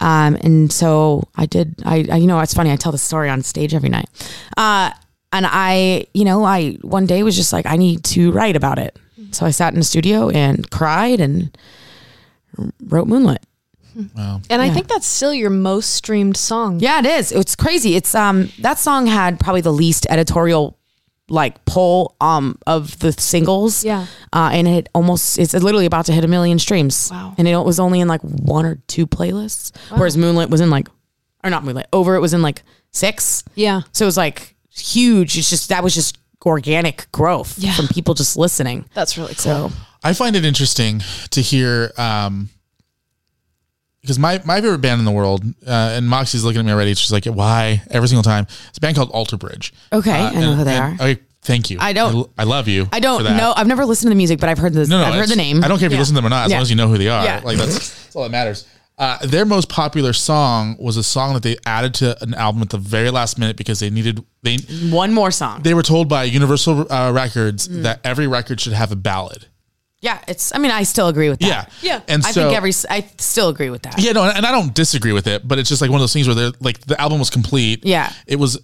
S1: Um, and so I did, I, I, you know, it's funny. I tell this story on stage every night. Uh, and I, you know, I one day was just like, I need to write about it. So I sat in the studio and cried and wrote Moonlit.
S3: And I think that's still your most streamed song.
S1: Yeah, it is. It's crazy. It's um that song had probably the least editorial like pull um of the singles.
S3: Yeah.
S1: Uh, and it almost it's literally about to hit a million streams.
S3: Wow.
S1: And it was only in like one or two playlists, whereas Moonlit was in like, or not Moonlit, Over it was in like six.
S3: Yeah.
S1: So it was like huge. It's just that was just organic growth
S3: Yeah.
S1: from people just listening.
S3: That's really
S1: So
S3: cool.
S5: I find it interesting to hear um because my, my favorite band in the world, uh, and Moxie's looking at me already. She's like, "Why?" Every single time. It's a band called Alter Bridge.
S1: Okay,
S5: Uh,
S1: I know
S5: and-
S1: who they
S5: and-
S1: are.
S5: Okay, thank you.
S1: I don't-
S5: I, l- I love you.
S1: I
S5: for
S1: don't
S5: that.
S1: know. I've never listened to the music, but I've heard the
S5: No, no,
S1: I've heard
S5: it's-
S1: the name.
S5: I don't care if you listen to them or not, as
S1: Yeah.
S5: long as you know who they are.
S1: Yeah.
S5: Like that's, that's all that matters. Uh, their most popular song was a song that they added to an album at the very last minute because they needed they
S1: One more song.
S5: they were told by Universal uh, Records
S1: Mm.
S5: that every record should have a ballad.
S1: yeah, it's. I mean, I still agree with that.
S5: Yeah,
S3: Yeah.
S5: And
S1: I
S5: so,
S1: think every. s- I still agree with that.
S5: Yeah, no, and and I don't disagree with it, but it's just like one of those things where they're like the album was complete.
S1: Yeah.
S5: It was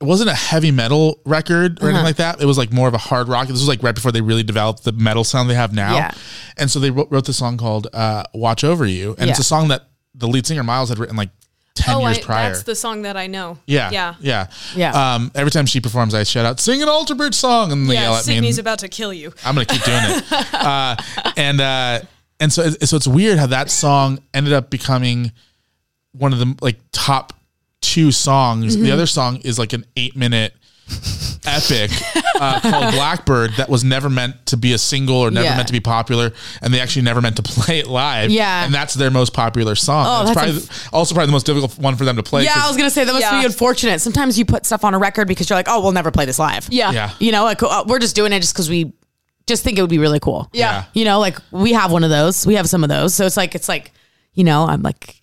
S5: it wasn't a heavy metal record
S3: Uh-huh.
S5: or anything like that. It was like more of a hard rock. This was like right before they really developed the metal sound they have now.
S1: Yeah.
S5: And so they wrote, wrote this song called uh, Watch Over You. And it's
S1: Yeah.
S5: a song that the lead singer Miles had written like 10
S3: Oh, I,
S5: years prior.
S3: that's the song that I know.
S5: yeah.
S3: Yeah.
S5: Yeah.
S1: Yeah.
S5: Um, every time she performs, I shout out, sing an Alter Bridge song. And they yell
S3: Yeah,
S5: at me. and-
S3: Sydney's about to kill you.
S5: I'm gonna keep doing
S1: [laughs]
S5: it. Uh, and uh, and so it's- so it's weird how that song ended up becoming one of the like top two songs.
S1: Mm-hmm.
S5: The other song is like an eight minute epic uh, called Blackbird that was never meant to be a single or never
S1: Yeah.
S5: meant to be popular, and they actually never meant to [laughs] play it live.
S1: Yeah.
S5: and that's their most popular song.
S1: Oh,
S5: it's
S1: that's
S5: probably also probably the most difficult one for them to play.
S1: Yeah,
S5: 'cause-
S1: I was gonna say that must
S3: Yeah.
S1: be unfortunate. Sometimes you put stuff on a record because you're like, oh, we'll never play this live.
S3: Yeah.
S5: Yeah.
S1: You know, like uh, we're just doing it just because we just think it would be really cool.
S5: Yeah.
S1: You know, like we have one of those. We have some of those. So it's like it's like, you know, I'm like,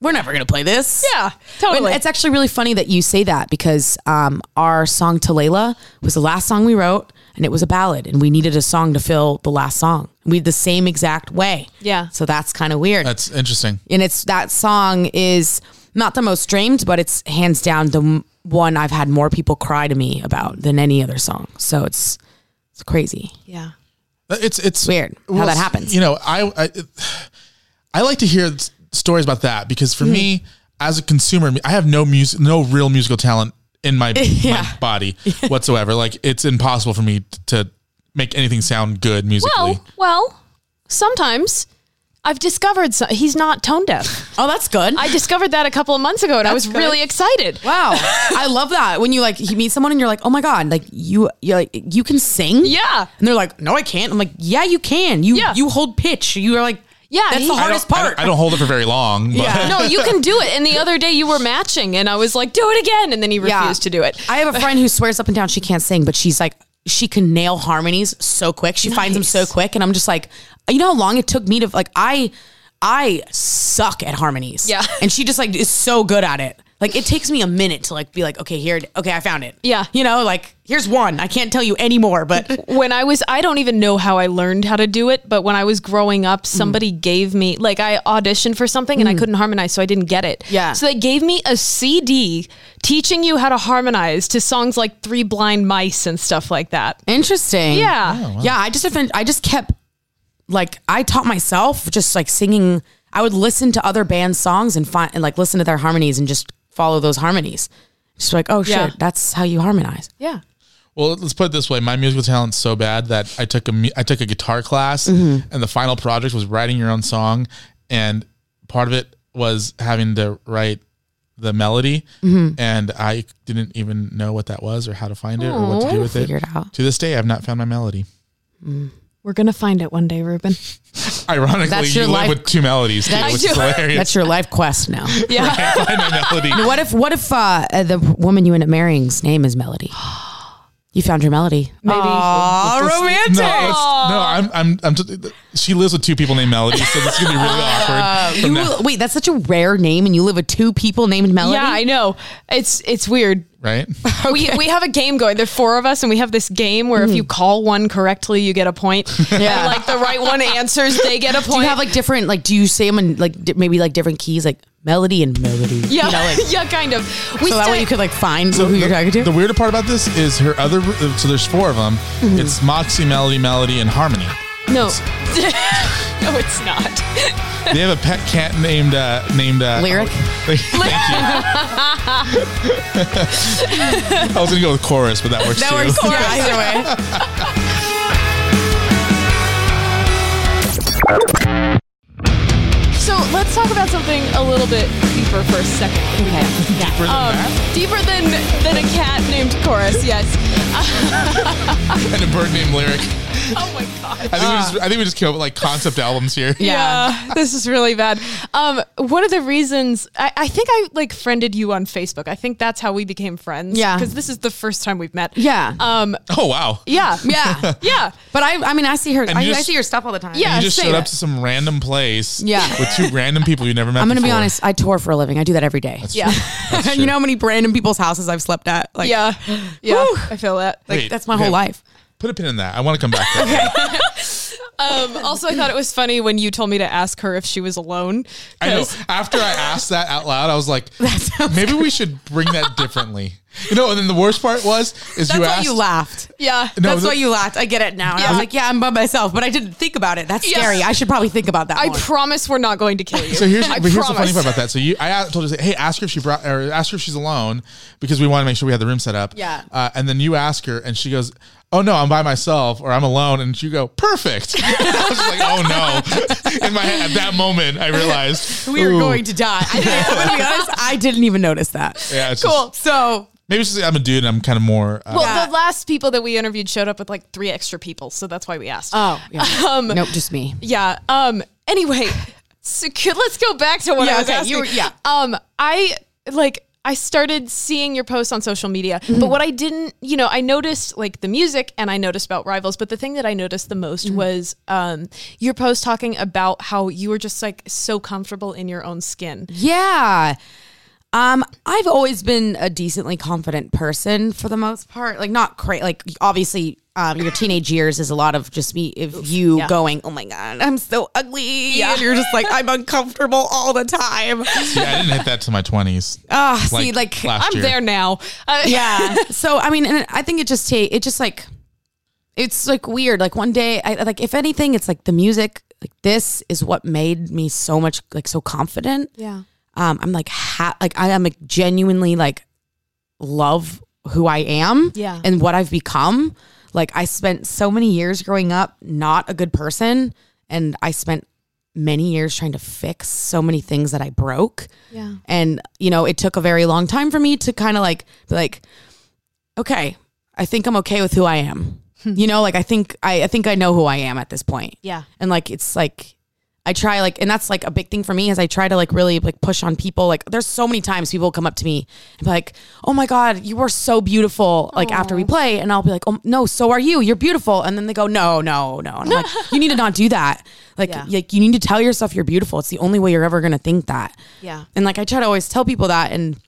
S1: we're never gonna play this.
S3: Yeah,
S1: And
S3: totally.
S1: it's actually really funny that you say that because um, our song Talela was the last song we wrote and it was a ballad and we needed a song to fill the last song. We had the same exact way.
S3: Yeah.
S1: So that's kind of weird
S5: that's interesting.
S1: and it's that song is not the most streamed, but it's hands down the m- one I've had more people cry to me about than any other song. So it's it's crazy.
S3: Yeah.
S5: Uh, It's it's
S1: Weird how that happens.
S5: You know, I I, I like to hear s- stories about that because for
S1: Hmm.
S5: me, as a consumer, I have no music, no real musical talent in
S1: [laughs]
S5: my,
S1: Yeah.
S5: my body whatsoever. like it's impossible for me t- to make anything sound good musically.
S3: Well, well, sometimes I've discovered so- he's not tone deaf.
S1: Oh, that's good.
S3: I discovered that a couple of months ago and I was
S1: That's
S3: really
S1: good.
S3: excited.
S1: wow, I love that when you like you meet someone and you're like, oh my god, like you you like you can sing.
S3: Yeah.
S1: and they're like, no, I can't. I'm like, yeah, you can. You
S3: Yeah.
S1: you hold pitch. You are like,
S3: Yeah,
S1: that's
S3: he-
S1: the
S3: I don't-
S1: hardest
S5: I
S1: part.
S5: don't, I don't hold it for very long. But
S1: Yeah.
S3: No, you can do it. And the other day you were matching and I was like, do it again. And then he refused to do it.
S1: I have a friend who swears up and down she can't sing, but she's like, she can nail harmonies so quick. She finds them so quick. And I'm just like, you know how long it took me to, like, I, I suck at harmonies.
S3: Yeah.
S1: [laughs] And she just, like, is so good at it. Like, it takes me a minute to, like, be like, okay, here, it- okay, I found it.
S3: Yeah.
S1: You know, like, here's one. I can't tell you any more, but
S3: when I was, I don't even know how I learned how to do it, but when I was growing up,
S1: Hmm.
S3: somebody gave me, like, I auditioned for something and I couldn't harmonize, so I didn't get it.
S1: Yeah.
S3: So they gave me a CD teaching you how to harmonize to songs like Three Blind Mice and stuff like that.
S1: interesting.
S3: Yeah.
S1: Yeah, I just offend- I just kept like I taught myself just like singing. I would listen to other bands' songs and find and like listen to their harmonies and just follow those harmonies. Just like, oh shit,
S3: Yeah.
S1: that's how you harmonize.
S3: Yeah.
S5: Well, let's put it this way: my musical talent's so bad that I took a mu- I took a guitar class,
S1: Mm-hmm.
S5: and the final project was writing your own song, and part of it was having to write the melody,
S1: Mm-hmm.
S5: and I didn't even know what that was or how to find it or what to do with
S1: Figure
S5: it.
S1: it out.
S5: To this day, I've not found my melody.
S3: We're going to find it one day, Ruben.
S5: Ironically,
S1: That's
S5: you
S1: your
S5: live
S1: life-
S5: with two melodies, too,
S1: That's
S5: which is
S3: your-
S5: hilarious. [laughs]
S1: That's your life quest now.
S3: [laughs] Yeah.
S5: Find my melody.
S1: [laughs] what if what if uh, uh, the woman you end up marrying's name is
S3: [gasps]
S1: Melody? You found your melody.
S3: Maybe.
S5: No, [laughs] it's- no, I'm, I'm, I'm. Just, she lives with two people named Melody, so this is gonna be
S1: [laughs]
S5: really awkward. from
S1: Uh, You
S5: now-
S1: wait, that's such a rare name, and you live with two people named Melody.
S3: Yeah, I know. It's it's weird.
S5: right?
S3: We, we have a game going. There are four of us, and we have this game where if you call one correctly, you get
S1: [laughs]
S3: a point.
S1: Hmm. Yeah.
S3: Or, like the right one answers, they get a
S1: [laughs]
S3: point.
S1: Do you have like different like do you say them in like di- maybe like different keys like melody and melody?
S3: yeah,
S1: You know, like,
S3: [laughs] yeah, kind of. We
S1: so that way
S3: still-
S1: you could like find who you're talking to.
S5: The weirder part about this is her other. So there's four of them.
S1: Mm-hmm.
S5: It's Moxie, Melody, Melody, and Harmony.
S3: [laughs] no, [laughs] no, it's not.
S5: They have a pet cat named uh, named uh,
S1: Lyric?
S5: Oh, [laughs] thank
S1: [laughs]
S5: you. I was gonna go with chorus, but that works
S1: that
S5: too. [laughs]
S1: works. Oh. Yeah, either way.
S3: [laughs] So let's talk about something a little bit deeper for a second. Okay.
S5: Deeper than
S3: Um,
S5: that,
S3: deeper than than a cat named Chorus. Yes.
S5: and a bird named Lyric.
S3: [laughs] Oh my god.
S5: I think, we
S1: Ah.
S5: just, I think we just came up with like concept albums here.
S3: Yeah. this is really bad. Um, one of the reasons I, I think I like friended you on Facebook. I think that's how we became friends.
S1: Yeah.
S3: because this is the first time we've met.
S1: Yeah.
S3: Um.
S5: [laughs] Oh wow! [laughs]
S3: Yeah.
S1: Yeah.
S3: [laughs] Yeah.
S1: But I I mean I see her
S5: And
S1: I,
S5: you
S1: I
S5: just-
S1: see her stuff all the time.
S3: Yeah.
S5: you just
S3: say
S5: showed up
S3: that.
S5: to some random place,
S1: Yeah.
S5: with two random people you never met.
S1: I'm gonna be
S5: before.
S1: honest, I tour for a living. I do that every day.
S5: [laughs]
S1: [laughs]
S3: Yeah.
S5: That's
S1: you
S5: true.
S1: know how many random people's houses I've slept at? Like
S3: Yeah. Yeah.
S1: Whew.
S3: I feel that.
S1: like
S5: Wait,
S1: that's my
S5: okay.
S1: whole life.
S5: Put a pin in that. I want to come back. to that.
S3: Um, also, I thought it was funny when you told me to ask her if she was alone.
S5: I know.
S1: [laughs]
S3: 'cause-
S5: After I asked that out loud, I was like,
S1: sounds
S5: maybe we should bring that differently. You know. And then the worst part was is
S1: That's
S5: you
S1: why
S5: asked.
S1: you laughed.
S3: Yeah.
S5: No,
S1: That's
S5: the-
S1: why you laughed. I get it now. And I
S3: Yeah.
S1: was like, yeah, I'm by myself, but I didn't think about it. That's
S3: Yeah.
S1: scary. I should probably think about that.
S3: I
S1: more.
S3: promise we're not going to kill you.
S5: So here's,
S3: I
S5: but here's the funny
S3: promise.
S5: part about that. So you, I told her, hey, ask her if she brought, or ask her if she's alone, because we want to make sure we have the room set up.
S1: Yeah.
S5: Uh, and then you ask her, and she goes, "Oh no, I'm by myself, or I'm alone." And you go, "Perfect." [laughs] I was just like, "Oh no!" [laughs] In my head, at that moment, I
S1: [laughs]
S5: realized
S1: we are
S5: ooh.
S1: going to die.
S5: [laughs]
S1: I, didn't- [laughs] I'm gonna be honest, I didn't even notice that.
S5: Yeah, it's
S1: cool.
S5: just-
S1: so
S5: Maybe it's just I'm a dude, and I'm kind of more. Uh,
S3: Well,
S1: Yeah.
S3: the last people that we interviewed showed up with like three extra people, so that's why we asked.
S1: oh
S3: Um,
S1: yeah. nope, just me.
S3: Yeah. Um. Anyway, so [laughs] could, let's go back to what
S1: Yeah,
S3: I was
S1: okay,
S3: asking.
S1: you were- yeah.
S3: Um. I like. I started seeing your posts on social media,
S1: Mm-hmm.
S3: but what I didn't, you know, I noticed like the music and I noticed about rivals, but the thing that I noticed the most
S1: Mm-hmm.
S3: was um, your post talking about how you were just like so comfortable in your own skin.
S1: Yeah. Um, I've always been a decently confident person for the most part. Like not crazy. Like obviously, um, your teenage years is a lot of just me. If you
S3: yeah.
S1: going, oh my god, I'm so ugly.
S3: Yeah.
S1: And you're just like, I'm uncomfortable all the
S3: [laughs]
S1: time.
S5: see, I didn't hit that till my 20s.
S1: Ah, see, like
S5: last
S3: I'm
S5: year.
S3: there now. Uh, [laughs]
S1: yeah. So I mean, and I think it just take it just like it's like weird. Like one day, I like if anything, it's like the music. Like this is what made me so much like so confident.
S3: Yeah.
S1: Um, I'm like ha- like I am like genuinely like love who I am.
S3: Yeah.
S1: And what I've become. Like I spent so many years growing up not a good person, and I spent many years trying to fix so many things that I broke.
S3: Yeah.
S1: And, you know, it took a very long time for me to kind of like, be like, okay, I think I'm okay with who I
S3: [laughs]
S1: am. you know, like I think I, I think I know who I am at this point.
S3: Yeah.
S1: And like it's like I try like and that's like a big thing for me is I try to like really like push on people. Like there's so many times people come up to me and be like, Oh my God, you were so beautiful like after we play and I'll be like, Oh no, so are you. You're beautiful. And then they go, No, no, no. And I'm like, You need to not do that. Like
S3: Yeah.
S1: like you need to tell yourself you're beautiful. It's the only way you're ever gonna think that.
S3: Yeah.
S1: And like I try to always tell people that and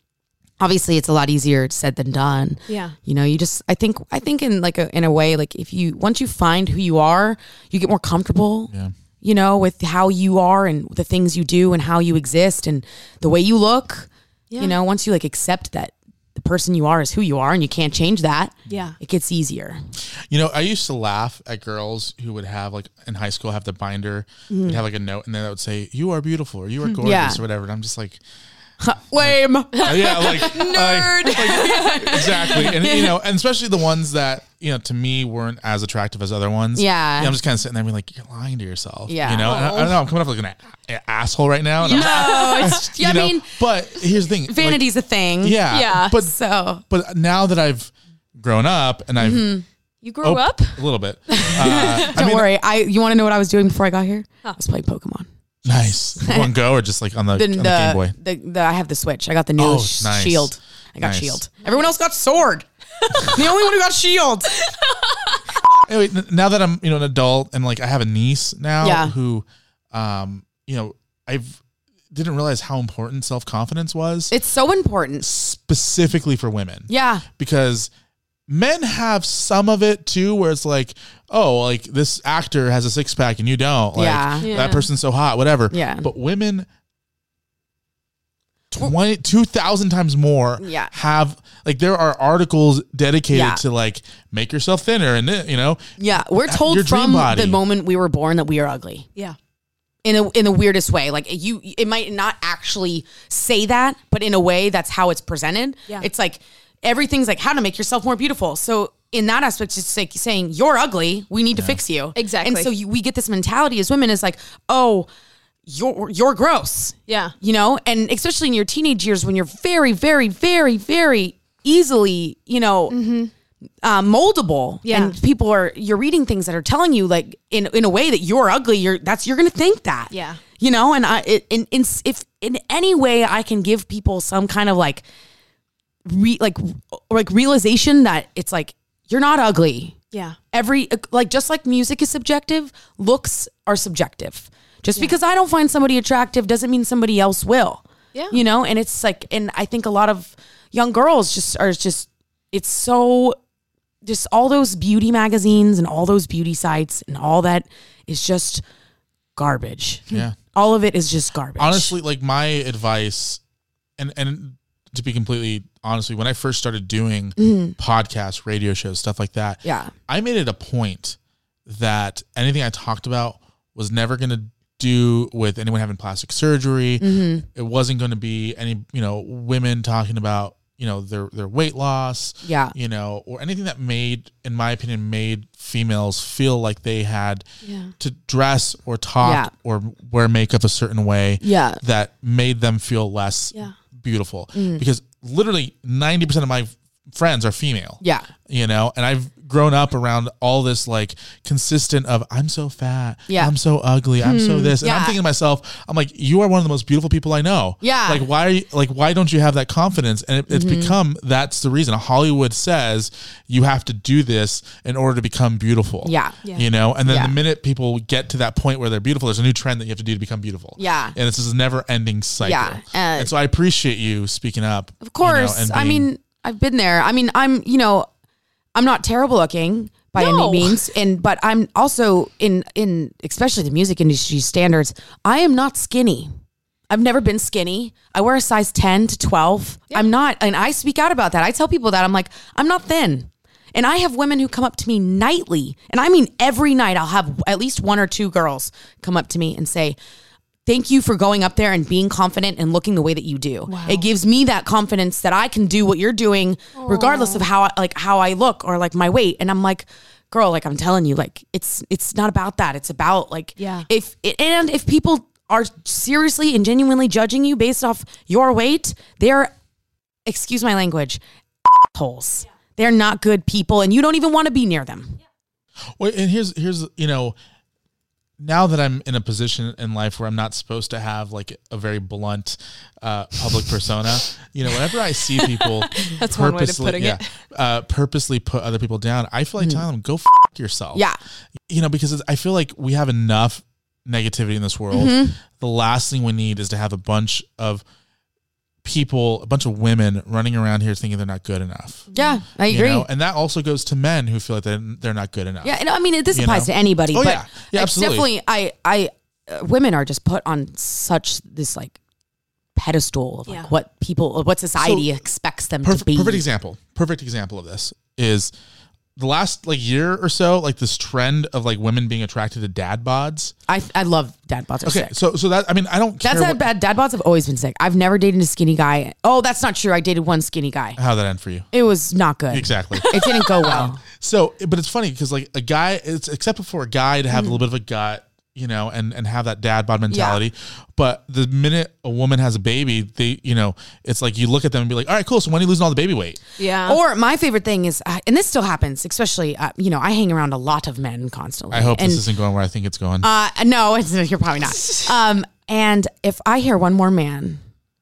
S1: obviously it's a lot easier said than done.
S3: Yeah.
S1: You know, you just I think I think in like a in a way like if you once you find who you are, you get more comfortable. Yeah. You know, with how you are and the things you do and how you exist and the way you look. You know, once you like accept that the person you are is who you are and you can't change that.
S3: Yeah.
S1: It gets easier.
S5: You know, I used to laugh at girls who would have like in high school have the binder, would have like a note, and then that would say, "You are beautiful" or "You are gorgeous"
S1: Mm-hmm. Yeah.
S5: or whatever. And I'm
S1: [laughs]
S5: just like,
S1: Lame.
S5: Uh, yeah, like nerd. [laughs] exactly,
S1: [laughs]
S5: and you know, and especially the ones that you know to me weren't as attractive as other ones.
S1: Yeah.
S5: I'm just kind of sitting there being like, you're lying to yourself.
S1: Yeah.
S5: you know, and I, I don't know. I'm coming off like an a- a- asshole right now. And
S1: [laughs]
S5: I'm-
S1: no, it's
S5: [laughs] you
S1: I
S5: know,
S1: mean
S5: but here's the thing, like,
S1: vanity's a thing.
S5: yeah,
S3: Yeah.
S5: but
S1: So
S5: but now that I've grown up and I've
S1: Mm-hmm.
S3: You grew
S5: oh,
S3: up?
S5: a little bit.
S1: [laughs]
S5: Uh,
S1: don't worry. I you wanna know what I was doing before I got here? I was playing Pokemon.
S5: nice one go or just like on the,
S1: the,
S5: on the Game Boy.
S1: the, the, I have the Switch. I got the new
S5: Oh,
S1: sh-
S5: nice.
S1: Shield. I got
S5: Nice.
S1: Shield. Everyone else got [laughs] Sword. the only one who got Shield.
S5: anyway, n- now that I'm you know an adult and like I have a niece now
S1: Yeah.
S5: who, um, you know, I've didn't realize how important self confidence was,
S1: It's so important.
S5: specifically for women.
S1: Yeah.
S5: because men have some of it too where it's like oh like this actor has a six pack and you don't like
S1: Yeah.
S3: Yeah.
S5: that person's so hot whatever
S1: Yeah.
S5: but women 20 2000 times more
S1: Yeah.
S5: have like there are articles dedicated
S1: Yeah.
S5: to like make yourself thinner and thi- you know
S1: Yeah. We're
S5: Your
S1: told
S5: dream
S1: from
S5: body.
S1: the moment we were born that we are ugly.
S3: Yeah.
S1: in a in the weirdest way. Like you, it might not actually say that, but in a way, that's how it's presented.
S3: Yeah.
S1: It's like everything's like how to make yourself more beautiful. So in that aspect, it's like saying you're ugly. We need to fix you
S3: Exactly.
S1: And so you, we get this mentality as women is like, oh, you're you're gross.
S3: Yeah.
S1: You know, and especially in your teenage years when you're very, very, very, very easily, you know, uh, moldable.
S3: Mm-hmm. Yeah.
S1: And people are you're reading things that are telling you like in in a way that you're ugly. You're that's you're gonna think that.
S3: Yeah.
S1: You know, and I it, in, in if in any way I can give people some kind of like re like or like realization that it's like you're not ugly
S3: Yeah.
S1: every like just like music is subjective looks are subjective just because i don't find somebody attractive doesn't mean somebody else will
S3: Yeah.
S1: you know and it's like and i think a lot of young girls just are just it's so just all those beauty magazines and all those beauty sites and all that is just garbage
S5: Yeah.
S1: all of it is just garbage
S5: honestly like my advice and and to be completely honestly when i first started doing
S1: Mm-hmm.
S5: podcasts radio shows stuff like that
S1: Yeah.
S5: i made it a point that anything i talked about was never going to do with anyone having plastic surgery
S1: Mm-hmm.
S5: it wasn't going to be any you know women talking about you know their their weight loss
S1: Yeah.
S5: you know or anything that made in my opinion made females feel like they had to dress or talk
S1: Yeah.
S5: or wear makeup a certain way
S1: Yeah.
S5: that made them feel less
S3: Yeah.
S5: beautiful
S1: Mm.
S5: because literally 90% of my f- friends are female
S1: Yeah.
S5: you know and i've grown up around all this like consistent of i'm so fat
S1: Yeah. Hmm.
S5: i'm so ugly i'm so this and i'm
S1: Yeah.
S5: thinking to myself i'm like you are one of the most beautiful people i know
S1: Yeah. Mm-hmm.
S5: like why are you, like why don't you have that confidence and it, it's become that's the reason hollywood says you have to do this in order to become beautiful
S1: Yeah.
S3: Yeah.
S5: you know and then
S1: Yeah.
S5: the minute people get to that point where they're beautiful there's a new trend that you have to do to become beautiful
S1: Yeah.
S5: and it's this never ending cycle
S1: Yeah, uh,
S5: and so i appreciate you speaking up
S1: Of course. I mean, I've been there. I mean, I'm, you know, I'm not terrible looking by
S3: No.
S1: any means. And but I'm also in in especially the music industry standards, I am not skinny. I've never been skinny. I wear a size 10 to 12. I'm not and I speak out about that. I tell people that I'm like, I'm not thin. And I have women who come up to me nightly, and I mean every night I'll have at least one or two girls come up to me and say, thank you for going up there and being confident and looking the way that you do. It gives me that confidence that I can do what you're doing regardless of how I, like how I look or like my weight and I'm like girl like I'm telling you like it's it's not about that it's about like
S3: Yeah.
S1: if and if people are seriously and genuinely judging you based off your weight they're excuse my language assholes. They're not good people and you don't even want to be near them.
S5: Well, and here's here's you know, now that I'm in a position in life where I'm not supposed to have like a very blunt uh, public persona, you know, whenever I see people
S3: That's one way to putting it.
S5: uh, purposely put other people down, I feel like telling them go f- yourself.
S1: Yeah.
S5: you know, because it's, I feel like we have enough negativity in this world. The last thing we need is to have a bunch of people, a bunch of women running around here thinking they're not good enough.
S1: Yeah, I
S5: You
S1: agree.
S5: know? And that also goes to men who feel like they're, they're not good enough.
S1: Yeah, and I mean it, this
S5: You
S1: applies
S5: know?
S1: to anybody.
S5: Oh,
S1: but
S5: yeah. Yeah,
S1: it's
S5: absolutely.
S1: Definitely, I, I, uh, women are just put on such this like pedestal of like
S3: Yeah.
S1: what people, of what society
S5: So,
S1: expects them to
S5: perfect,
S1: be.
S5: perfect example perfect example of this is the last like year or so like this trend of like women being attracted to dad bods
S1: I, I love dad bods. Are
S5: okay
S1: sick.
S5: so so that i mean i don't care
S1: That's not
S5: what-
S1: bad. Dad bods have always been sick. I've never dated a skinny guy. Oh, that's not true. I dated one skinny guy.
S5: how that end for you
S1: It was not good.
S5: Uh, exactly
S1: [laughs] It didn't go
S5: [laughs]
S1: well.
S5: so but it's funny because like a guy it's acceptable for a guy to
S1: Mm.
S5: have a little bit of a gut you know and and have that dad bod mentality but the minute a woman has a baby they you know it's like you look at them and be like all right cool so when are you losing all the baby weight
S3: Yeah.
S1: Or my favorite thing is, uh, and this still happens, especially uh, you know, I hang around a lot of men constantly.
S5: i hope
S1: and
S5: this isn't going where i think it's going
S1: Uh, no, it's, you're probably
S3: [laughs]
S1: not. Um, and if I hear one more man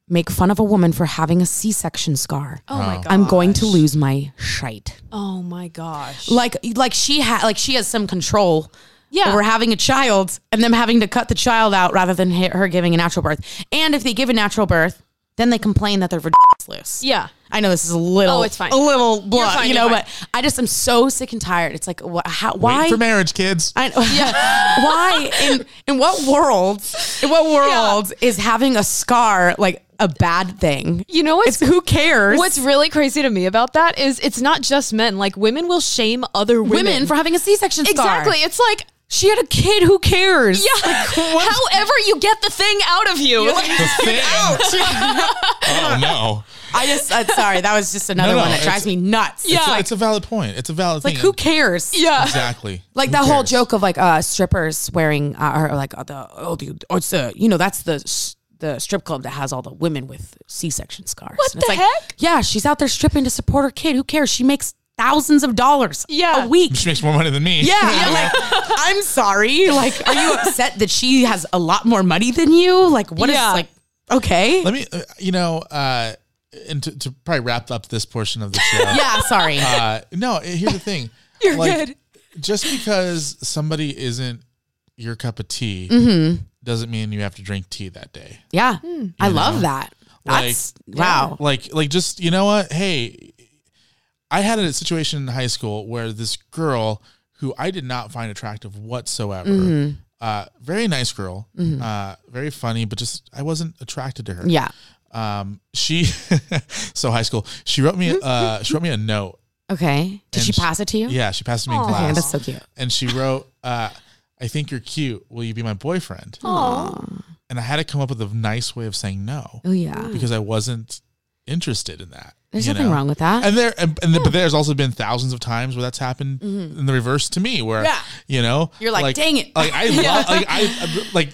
S1: make fun of a woman for having a C-section scar,
S3: oh my god.
S1: I'm going to lose my shite.
S3: Oh my gosh.
S1: Like, like she ha- like she has some control
S3: Yeah.
S1: over having a child and them having to cut the child out rather than he- her giving a natural birth. And if they give a natural birth, then they complain that their vagina is loose.
S3: Yeah.
S1: I know this is a little,
S3: Oh, it's fine.
S1: a little blah,
S3: fine,
S1: you
S3: you're
S1: know,
S3: fine.
S1: but I just am so sick and tired. It's like, wha how,
S5: Wait
S1: why?
S5: for marriage, kids.
S1: I know. [laughs] why in in what world? In what world is having a scar like a bad thing?
S3: You know what's
S1: It's who cares?
S3: What's really crazy to me about that is it's not just men. Like women will shame other women,
S1: women, for having a C-section scar?
S3: exactly.
S1: [laughs]
S3: It's like
S1: She had a kid. Who cares?
S3: yeah.
S1: [laughs]
S3: However, you get the thing out of you.
S5: The
S1: [laughs]
S5: thing. oh no.
S1: I just. Uh, sorry, that was just another
S5: No, no,
S1: one that drives
S5: it's-
S1: me nuts.
S3: Yeah.
S1: It's like,
S5: It's a valid point. It's a valid
S1: like
S5: thing.
S1: who cares?
S3: yeah.
S5: Exactly.
S1: [laughs] Like
S5: Who
S1: that whole
S5: cares?
S1: joke of like uh strippers wearing uh, or like uh, the oh the oh, it's the you know that's the s- the strip club that has all the women with C-section scars. What
S3: the
S1: it's
S3: heck?
S1: Like, yeah, she's out there stripping to support her kid. Who cares? She makes thousands of dollars
S3: Yeah.
S1: a week.
S5: [laughs] She makes more money than me.
S1: Yeah, like [laughs] I'm sorry. Like, are you upset that she has a lot more money than you? Like, what is
S3: Yeah.
S1: like? Okay.
S5: [laughs] Let me, uh, you know, uh, and to, to probably wrap up this portion of the
S1: [laughs]
S5: show.
S1: yeah, sorry.
S5: [laughs] Uh, no, here's the thing.
S1: [laughs]
S5: You're good. Just because somebody isn't your cup of tea
S1: Mm-hmm.
S5: doesn't mean you have to drink tea that day.
S1: yeah, I love that.
S5: Like-
S1: That's wow.
S5: Like, like just you know what? Hey, I had a situation in high school where this girl who I did not find attractive whatsoever,
S1: Mm-hmm.
S5: uh, very nice girl, uh, very funny, but just I wasn't attracted to her.
S1: Yeah.
S5: Um, she, [laughs] so high school. She wrote me.
S1: [laughs]
S5: Uh, she wrote me a note.
S1: Okay. Did
S5: and
S1: she pass it to you?
S5: Yeah, she passed it to me in class.
S1: Okay, that's so cute.
S5: and she wrote, uh, "I think you're cute. Will you be my boyfriend?" And I had to come up with a nice way of saying no
S1: Oh yeah.
S5: because I wasn't interested in that.
S1: There's
S5: you
S1: nothing
S5: know?
S1: wrong with that.
S5: And there, and, and but there's also been thousands of times where that's happened in the reverse to me, where
S1: Mm-hmm. Yeah.
S5: you know,
S1: You're like, "Dang it."
S5: like
S1: [laughs]
S5: I love, like I like.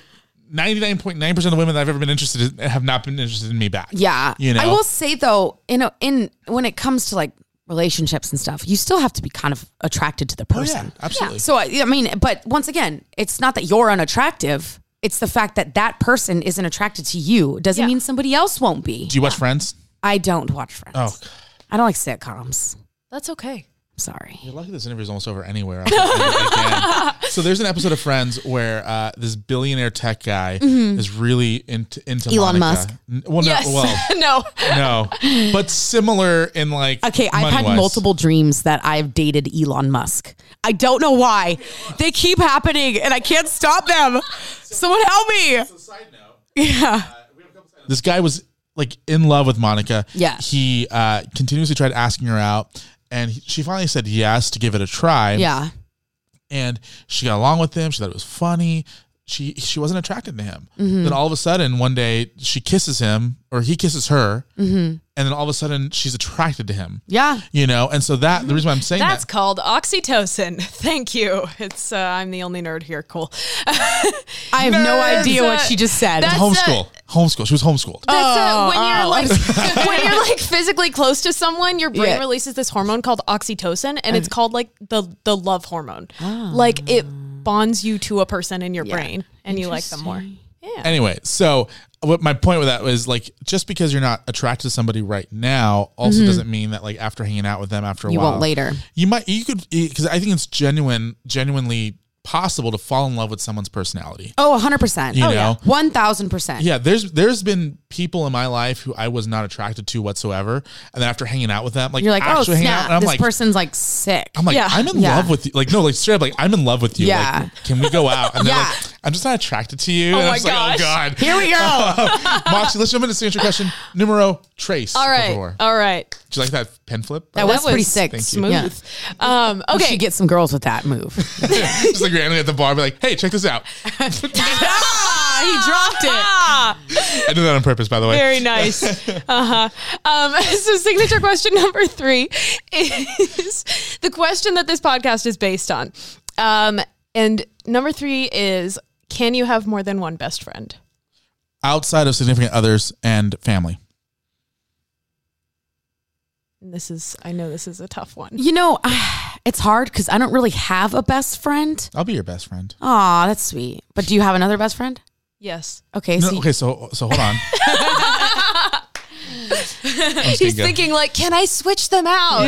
S5: 99.9% of the women that I've ever been interested in have not been interested in me back.
S1: Yeah.
S5: You know,
S1: I will say though, in a, in when it comes to like relationships and stuff, you still have to be kind of attracted to the
S5: Oh, yeah,
S1: person.
S5: absolutely.
S1: So I, I mean, but once again, it's not that you're unattractive. It's the fact that that person isn't attracted to you. It Doesn't
S3: Yeah.
S1: mean somebody else won't be.
S5: Do you watch Friends?
S1: I don't watch Friends.
S5: Oh,
S1: I don't like sitcoms.
S3: That's okay.
S1: I'm sorry.
S5: You're lucky this interview is almost over anywhere. else I
S1: [laughs]
S5: can. so there's an episode of Friends where uh, this billionaire tech guy is really into, into
S1: Mm-hmm. Elon
S5: Monica.
S1: Musk.
S5: N- Well, no,
S3: Yes.
S5: well,
S3: [laughs] no.
S5: no, but similar in like.
S1: Okay, I've had
S5: money-wise.
S1: multiple dreams that I've dated Elon Musk. I don't know why. They keep happening and I can't stop them. Someone help me. [laughs]
S5: This guy was like in love with Monica.
S1: Yeah.
S5: He uh, continuously tried asking her out, and he, she finally said yes to give it a try.
S1: Yeah.
S5: and she got along with him. She thought it was funny. She she wasn't attracted to him.
S1: Mm-hmm.
S5: Then all of a sudden, one day, she kisses him, or he kisses her, and then all of a sudden, she's attracted to him.
S1: Mm-hmm. Yeah.
S5: You know, and so that the reason why I'm saying
S3: [laughs] That's
S5: that
S3: called oxytocin. [laughs] Thank you. It's uh, I'm the only nerd here. Cool. [laughs]
S1: I have no
S3: Nerds,
S1: idea what
S3: uh,
S1: she just said.
S3: that's-
S5: homeschool, homeschool. She was homeschooled.
S3: That's uh, when
S1: oh. [laughs]
S3: you're like when you're like physically close to someone, your brain
S1: Yeah.
S3: releases this hormone called oxytocin, and it's called like the the love hormone.
S1: Ah.
S3: Like it bonds you to a person in your brain, and you like them more.
S5: Anyway, so what my point with that was like just because you're not attracted to somebody right now also doesn't mean that like after hanging out with them after a
S1: Mm-hmm. You
S5: while
S1: won't later.
S5: You might you could because I think it's genuine genuinely possible to fall in love with someone's personality.
S1: oh, 100%.
S5: You
S1: oh,
S5: know?
S1: yeah. 1000%.
S5: Yeah, there's there's been people in my life who I was not attracted to whatsoever, and then after hanging out with them, like
S1: You're like, oh,
S5: actually hanging out,
S1: snap.
S5: and I'm
S1: this
S5: like,
S1: person's like sick.
S5: I'm like, I'm in
S1: Yeah.
S5: love with you. Like, no, like straight up, like I'm in love with you.
S1: Yeah.
S5: Like, can we go out? And
S1: Yeah.
S5: they're like, I'm just not attracted to you. Oh and
S3: my
S5: I'm just like, oh
S3: gosh.
S5: god. Um,
S1: Here we go.
S5: Moxie, let's jump into signature question numero trace.
S3: All right,
S5: Favor.
S3: all right.
S5: Did you like that pen flip?
S1: that was pretty
S3: was
S1: sick.
S5: thank you.
S3: Smooth.
S1: Yeah.
S3: Um,
S1: You
S3: okay.
S1: should [laughs] get some girls with that
S5: [laughs]
S1: move. [laughs]
S5: just like randomly at the bar, be like, hey, check this out.
S1: ah, he dropped it.
S5: [laughs]
S3: Ah,
S5: I did that on purpose, by the way.
S3: very nice. Uh huh. Um, [laughs] so, signature question number three is the question that this podcast is based on. Um, and number three is can you have more than one best friend?
S5: Outside of significant others and family.
S3: And this is, I know this is a tough one.
S1: You know, it's hard because I don't really have a best friend.
S5: I'll be your best friend.
S1: Aw, that's sweet. But do you have another best friend?
S3: Yes.
S1: Okay.
S5: No,
S1: see-
S5: okay, so so hold on. I'm just
S3: He's
S5: gonna go.
S3: thinking, like, can I switch them out?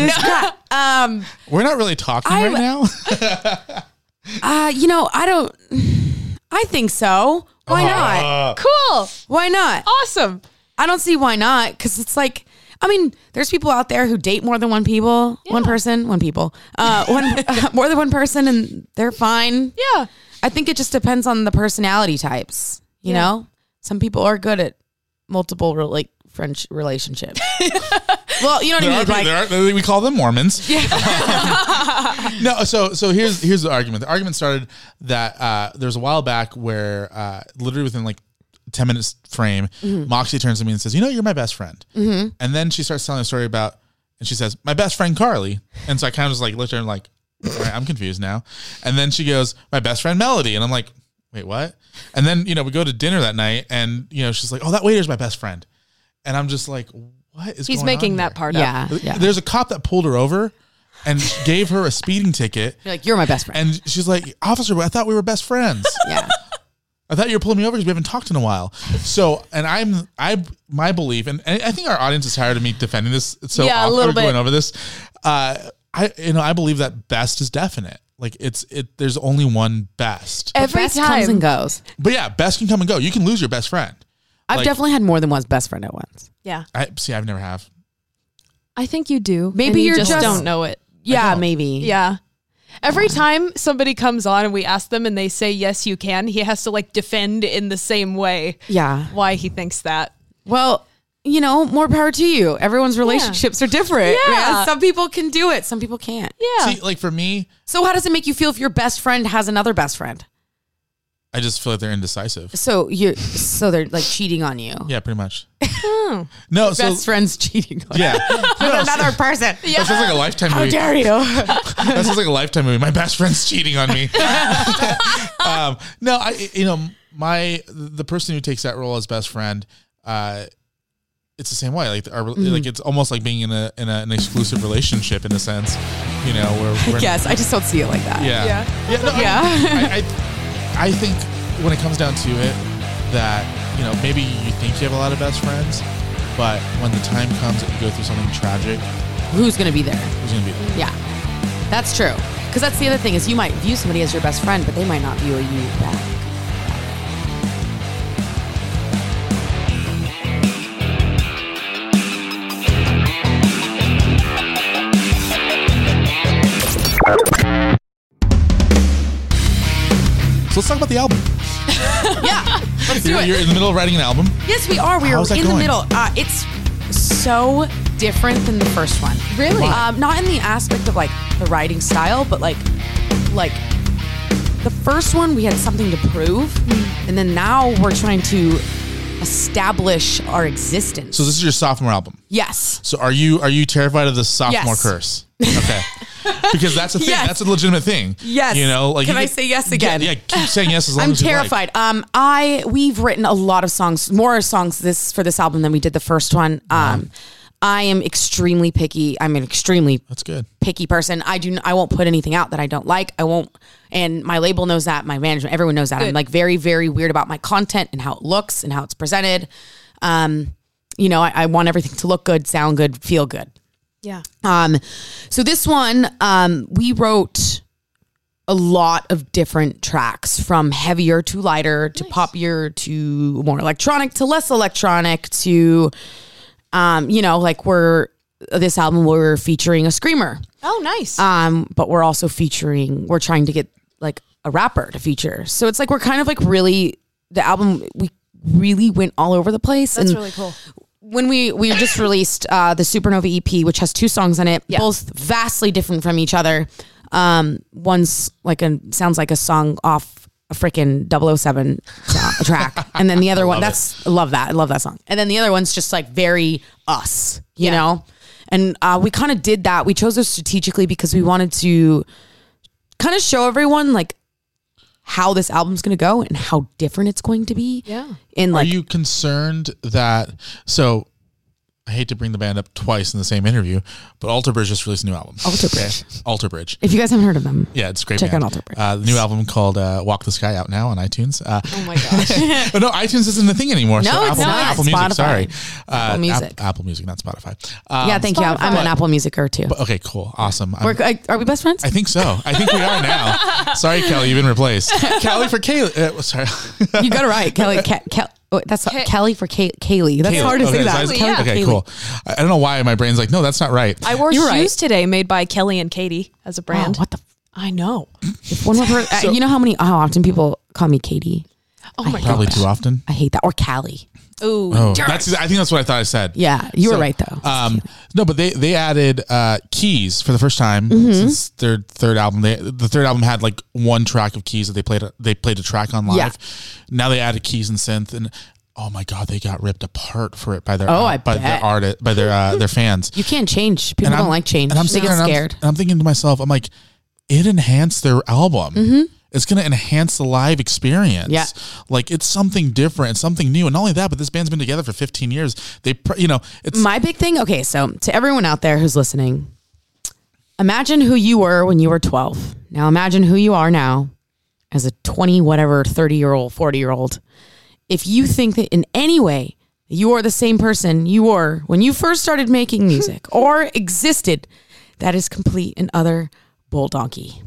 S1: [laughs] Yeah. Um,
S5: We're not really talking
S1: I
S5: right
S1: w-
S5: now.
S1: Uh, you know, I don't. [sighs] I think so. Why
S5: Uh-huh.
S1: not?
S3: Cool.
S1: Why not?
S3: Awesome.
S1: I don't see why not because it's like I mean, there's people out there who date more than one people, one person, one people, uh, one [laughs]
S3: [laughs]
S1: more than one person, and they're fine.
S3: Yeah.
S1: I think it just depends on the personality types. You
S3: Yeah.
S1: know, some people are good at multiple re- like French
S3: [laughs]
S1: relationships. well, you know what
S5: There
S1: I
S5: are,
S1: mean.
S5: people-
S1: Like,
S5: there are- we call
S1: [laughs]
S5: them Mormons. [laughs] no, so so here's here's the argument. The argument started that uh, there was a while back where uh, literally within like ten minutes frame,
S1: Mm-hmm.
S5: Moxie turns to me and says, "You know, you're my best friend." And then she starts telling a story about, and she says, "My best friend Carly." And so I kind of just like looked at her and like, All right, I'm confused now. And then she goes, "My best friend Melody," and I'm like, "Wait, what?" And then you know we go to dinner that night, and you know she's like, "Oh, that waiter's my best friend," and I'm just like, "What is?"
S3: He's
S5: going
S3: making
S5: on
S3: that
S5: here?
S3: part up.
S1: yeah, yeah.
S5: There's a cop that pulled her over and gave her a speeding ticket.
S1: You're like you're my best friend.
S5: And she's like, Officer, but I thought we were best friends.
S1: yeah.
S5: I thought you were pulling me over because we haven't talked in a while. So, and I'm, I, my belief, and, and I think our audience is tired of me defending this. It's so
S3: Yeah, a
S5: often
S3: little
S5: going
S3: bit.
S5: over this. Uh, I, you know, I believe that best is definite. Like it's, it, there's only one best.
S3: [laughs] Every
S1: best
S3: time.
S1: comes and goes.
S5: But yeah, best can come and go. You can lose your best friend.
S1: I've
S5: Like-
S1: definitely had more than one best friend at once.
S3: Yeah.
S5: I see. I've never have.
S3: I think you do.
S1: Maybe
S3: and you
S1: you're
S3: just,
S1: just-
S3: don't know it.
S1: Yeah, oh, maybe.
S3: Yeah. Every time somebody comes on and we ask them and they say yes you can, he has to like defend in the same way
S1: yeah.
S3: why he thinks that.
S1: Well, you know, more power to you. Everyone's relationships are different.
S3: Yeah.
S1: man. Some people can do it, some people can't.
S3: Yeah.
S5: See, like for me,
S1: So how does it make you feel if your best friend has another best friend?
S5: I just feel like they're indecisive.
S1: So you so they're like cheating on you.
S5: Yeah, pretty
S3: [laughs]
S5: much.
S3: Hmm.
S5: no, so
S1: Best friend's cheating on
S5: yeah,
S1: you [laughs] with another person.
S5: that sounds like a lifetime
S1: How
S5: movie.
S1: dare
S5: [laughs]
S1: you?
S5: That sounds like a lifetime movie. My best friend's cheating on
S1: [laughs]
S5: me. um, no, I you know my the person who takes that role as best friend, uh, it's the same way. Like our,
S1: Mm-hmm.
S5: like it's almost like being in a in a, an exclusive relationship in a sense. You know, where we're
S1: yes, I just don't see it like that.
S5: yeah.
S3: Yeah.
S5: Yeah. no, I-
S1: Yeah.
S5: I, I, I think when it comes down to it, that, you know, maybe you think you have a lot of best friends, but when the time comes that you go through something tragic,
S1: Who's gonna be there?
S5: who's going to be there?
S1: Yeah. That's true. Because that's the other thing is you might view somebody as your best friend, but they might not view you back.
S5: So let's talk about the album.
S1: Yeah. Let's do
S5: You're,
S1: it.
S5: you're in the middle of writing an album.
S1: Yes, we are. We are
S5: How's
S1: in
S5: that
S1: the
S5: going?
S1: middle. Uh, it's so different than the first one. Really? Um, not in the aspect of like the writing style, but like, like the first one we had something to prove,
S5: Hmm.
S1: and then now we're trying to establish our existence.
S5: So this is your sophomore album.
S1: yes.
S5: So are you are you terrified of the sophomore
S1: Yes.
S5: curse?
S1: [laughs]
S5: Okay. because that's a thing.
S1: Yes.
S5: That's a legitimate thing.
S1: Yes.
S5: You know, like
S1: Can
S5: you
S1: I
S5: could-
S1: say yes again?
S5: Yeah, yeah, keep saying yes
S1: [laughs]
S5: as long
S1: I'm
S5: as you like.
S1: terrified. Um, I we've written a lot of songs, more songs this for this album than we did the first one. Um, I am extremely picky. I'm an extremely
S5: That's good.
S1: picky person. I do. I won't put anything out that I don't like. I won't. And my label knows that. My management, everyone knows that. I'm
S3: Good.
S1: like very, very weird about my content and how it looks and how it's presented. Um, you know, I, I want everything to look good, sound good, feel good.
S3: Yeah.
S1: Um, so this one, um, we wrote a lot of different tracks from heavier to lighter to poppier to more electronic to less electronic to, um, you know, like we're this album we're featuring a screamer.
S3: Oh, nice.
S1: Um, but we're also featuring, we're trying to get like a rapper to feature. So it's like we're kind of like really the album we really went all over the place.
S3: That's
S1: and
S3: really cool.
S1: when we we just released uh, the Supernova EP, which has two songs on it,
S3: Yeah.
S1: both vastly different from each other. Um, one's like a sounds like a song off a oh freaking 007 song- track, and then the other one that's [laughs] I love that I love that song, and then the other one's just like very us, you know. And uh, we kind of did that. We chose those strategically because we wanted to kind of show everyone like how this album's going to go and how different it's going to be.
S3: Yeah.
S1: And
S5: Are
S1: like
S5: you concerned that so I hate to bring the band up twice in the same interview, but Alter Bridge just released a new album.
S1: Alter Bridge.
S5: Okay. Alter Bridge.
S1: If you guys haven't heard of them,
S5: Yeah, it's a great.
S1: Check
S5: band.
S1: out Alter Bridge.
S5: Uh, the new album called uh, "Walk the Sky" out now on iTunes. Uh,
S3: Oh my
S5: [laughs]
S3: gosh.
S5: but no, iTunes isn't a thing anymore.
S1: No,
S5: so
S1: it's
S5: Apple,
S1: not.
S5: Apple
S1: It's
S5: Music,
S1: Spotify.
S5: sorry. Uh,
S1: Apple Music.
S5: App- Apple Music, not Spotify. Um,
S1: yeah, thank you. I'm, I'm an Apple Musicer too.
S5: but- okay, cool, awesome. I'm-
S1: We're, I- are we best friends?
S5: I think so. I think we are
S1: [laughs]
S5: now. sorry, Kelly, you've been replaced. Kelly for Kaylee. Uh, sorry,
S1: you got it right, Kelly. Ke- Ke- oh, that's Kelly for Kay- Kaylee. That's
S5: Kaylee.
S1: hard to
S5: okay,
S1: say that.
S5: so I-
S1: Kelly for
S5: okay,
S1: Kaylee.
S5: cool. I I don't know why my brain's like, no, that's not right.
S3: I wore
S1: You're
S3: shoes
S1: right.
S3: today made by Kelly and Katie as a
S1: Wow,
S3: brand.
S1: what the? F-
S3: I know.
S1: if
S5: [laughs]
S1: one more person, uh, you know how many? How often people call me Katie?
S3: Oh my
S5: Probably
S3: gosh.
S5: too often.
S1: I hate that. Or Callie.
S3: Ooh.
S5: Oh, that's. I think that's what I thought I said.
S1: Yeah, you
S5: So,
S1: were right though.
S5: Um, no, but they they added uh, keys for the first time
S1: Mm-hmm.
S5: since their third album. They, the third album had like one track of keys that they played. They played a track on live.
S1: Yeah.
S5: Now they added keys and synth, and oh my god, they got ripped apart for it by their
S1: Oh, I
S5: by their
S1: bet.
S5: artist by their uh, their fans.
S1: you can't change. [laughs] People
S5: And
S1: don't like change.
S5: and I'm
S1: they
S5: sitting
S1: get
S5: there and I'm-
S1: scared.
S5: and I'm thinking to myself, I'm like, it enhanced their album. It's going to enhance the live experience.
S1: Mm-hmm. Yeah.
S5: Like it's something different, it's something new. And not only that, but this band's been together for 15 years. They, pr- you know, it's
S1: My big thing. Okay, so to everyone out there who's listening, imagine who you were when you were 12. Now imagine who you are now as a 20 whatever 30 year old 40 year old if you think that in any way you are the same person you were when you first started making music or existed that is complete and utter bull donkey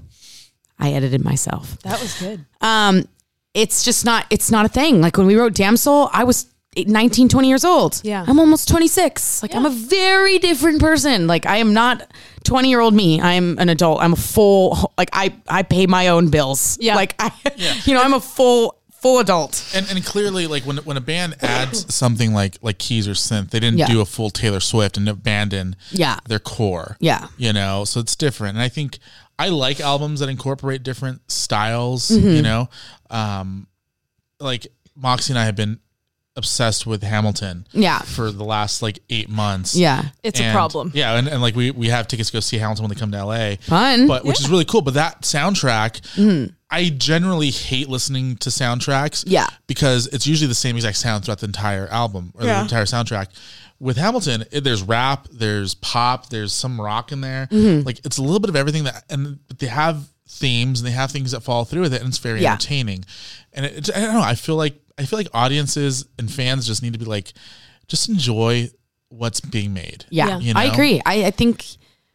S1: i edited myself that was good um it's just not it's not a thing like when we wrote damsel i was 19 20 years old
S3: Yeah.
S1: i'm almost 26 like i'm a very different person like i am not 20 year old me i'm an adult i'm a full like i i pay my own bills
S3: Yeah.
S1: like I, [laughs] you know, I'm a full full adult.
S5: and, and clearly like when when a band
S1: [clears throat]
S5: adds something like like keys or synth, they didn't
S1: Yeah.
S5: do a full Taylor Swift and abandon
S1: Yeah.
S5: their core.
S1: Yeah.
S5: You know, so it's different. And I think I like albums that incorporate different styles,
S1: Mm-hmm.
S5: you know. Um like Moxie and I have been obsessed with Hamilton
S1: Yeah.
S5: for the last like 8 months.
S1: Yeah.
S3: It's a
S5: And-
S3: problem.
S5: Yeah, and, and like we we have tickets to go see Hamilton when they come to LA.
S1: Fun.
S5: But which is really cool. But that soundtrack, I generally hate listening to soundtracks.
S1: Yeah.
S5: Because it's usually the same exact sound throughout the entire album or the entire soundtrack. With Hamilton, it, there's rap, there's pop, there's some rock in there.
S1: Mm-hmm.
S5: Like it's a little bit of everything that, and but they have themes and they have things that follow through with it, and it's very
S1: Yeah.
S5: entertaining. And it, I don't know. I feel like I feel like audiences and fans just need to be like, just enjoy what's being made.
S1: Yeah,
S5: You know?
S1: I agree. I, I think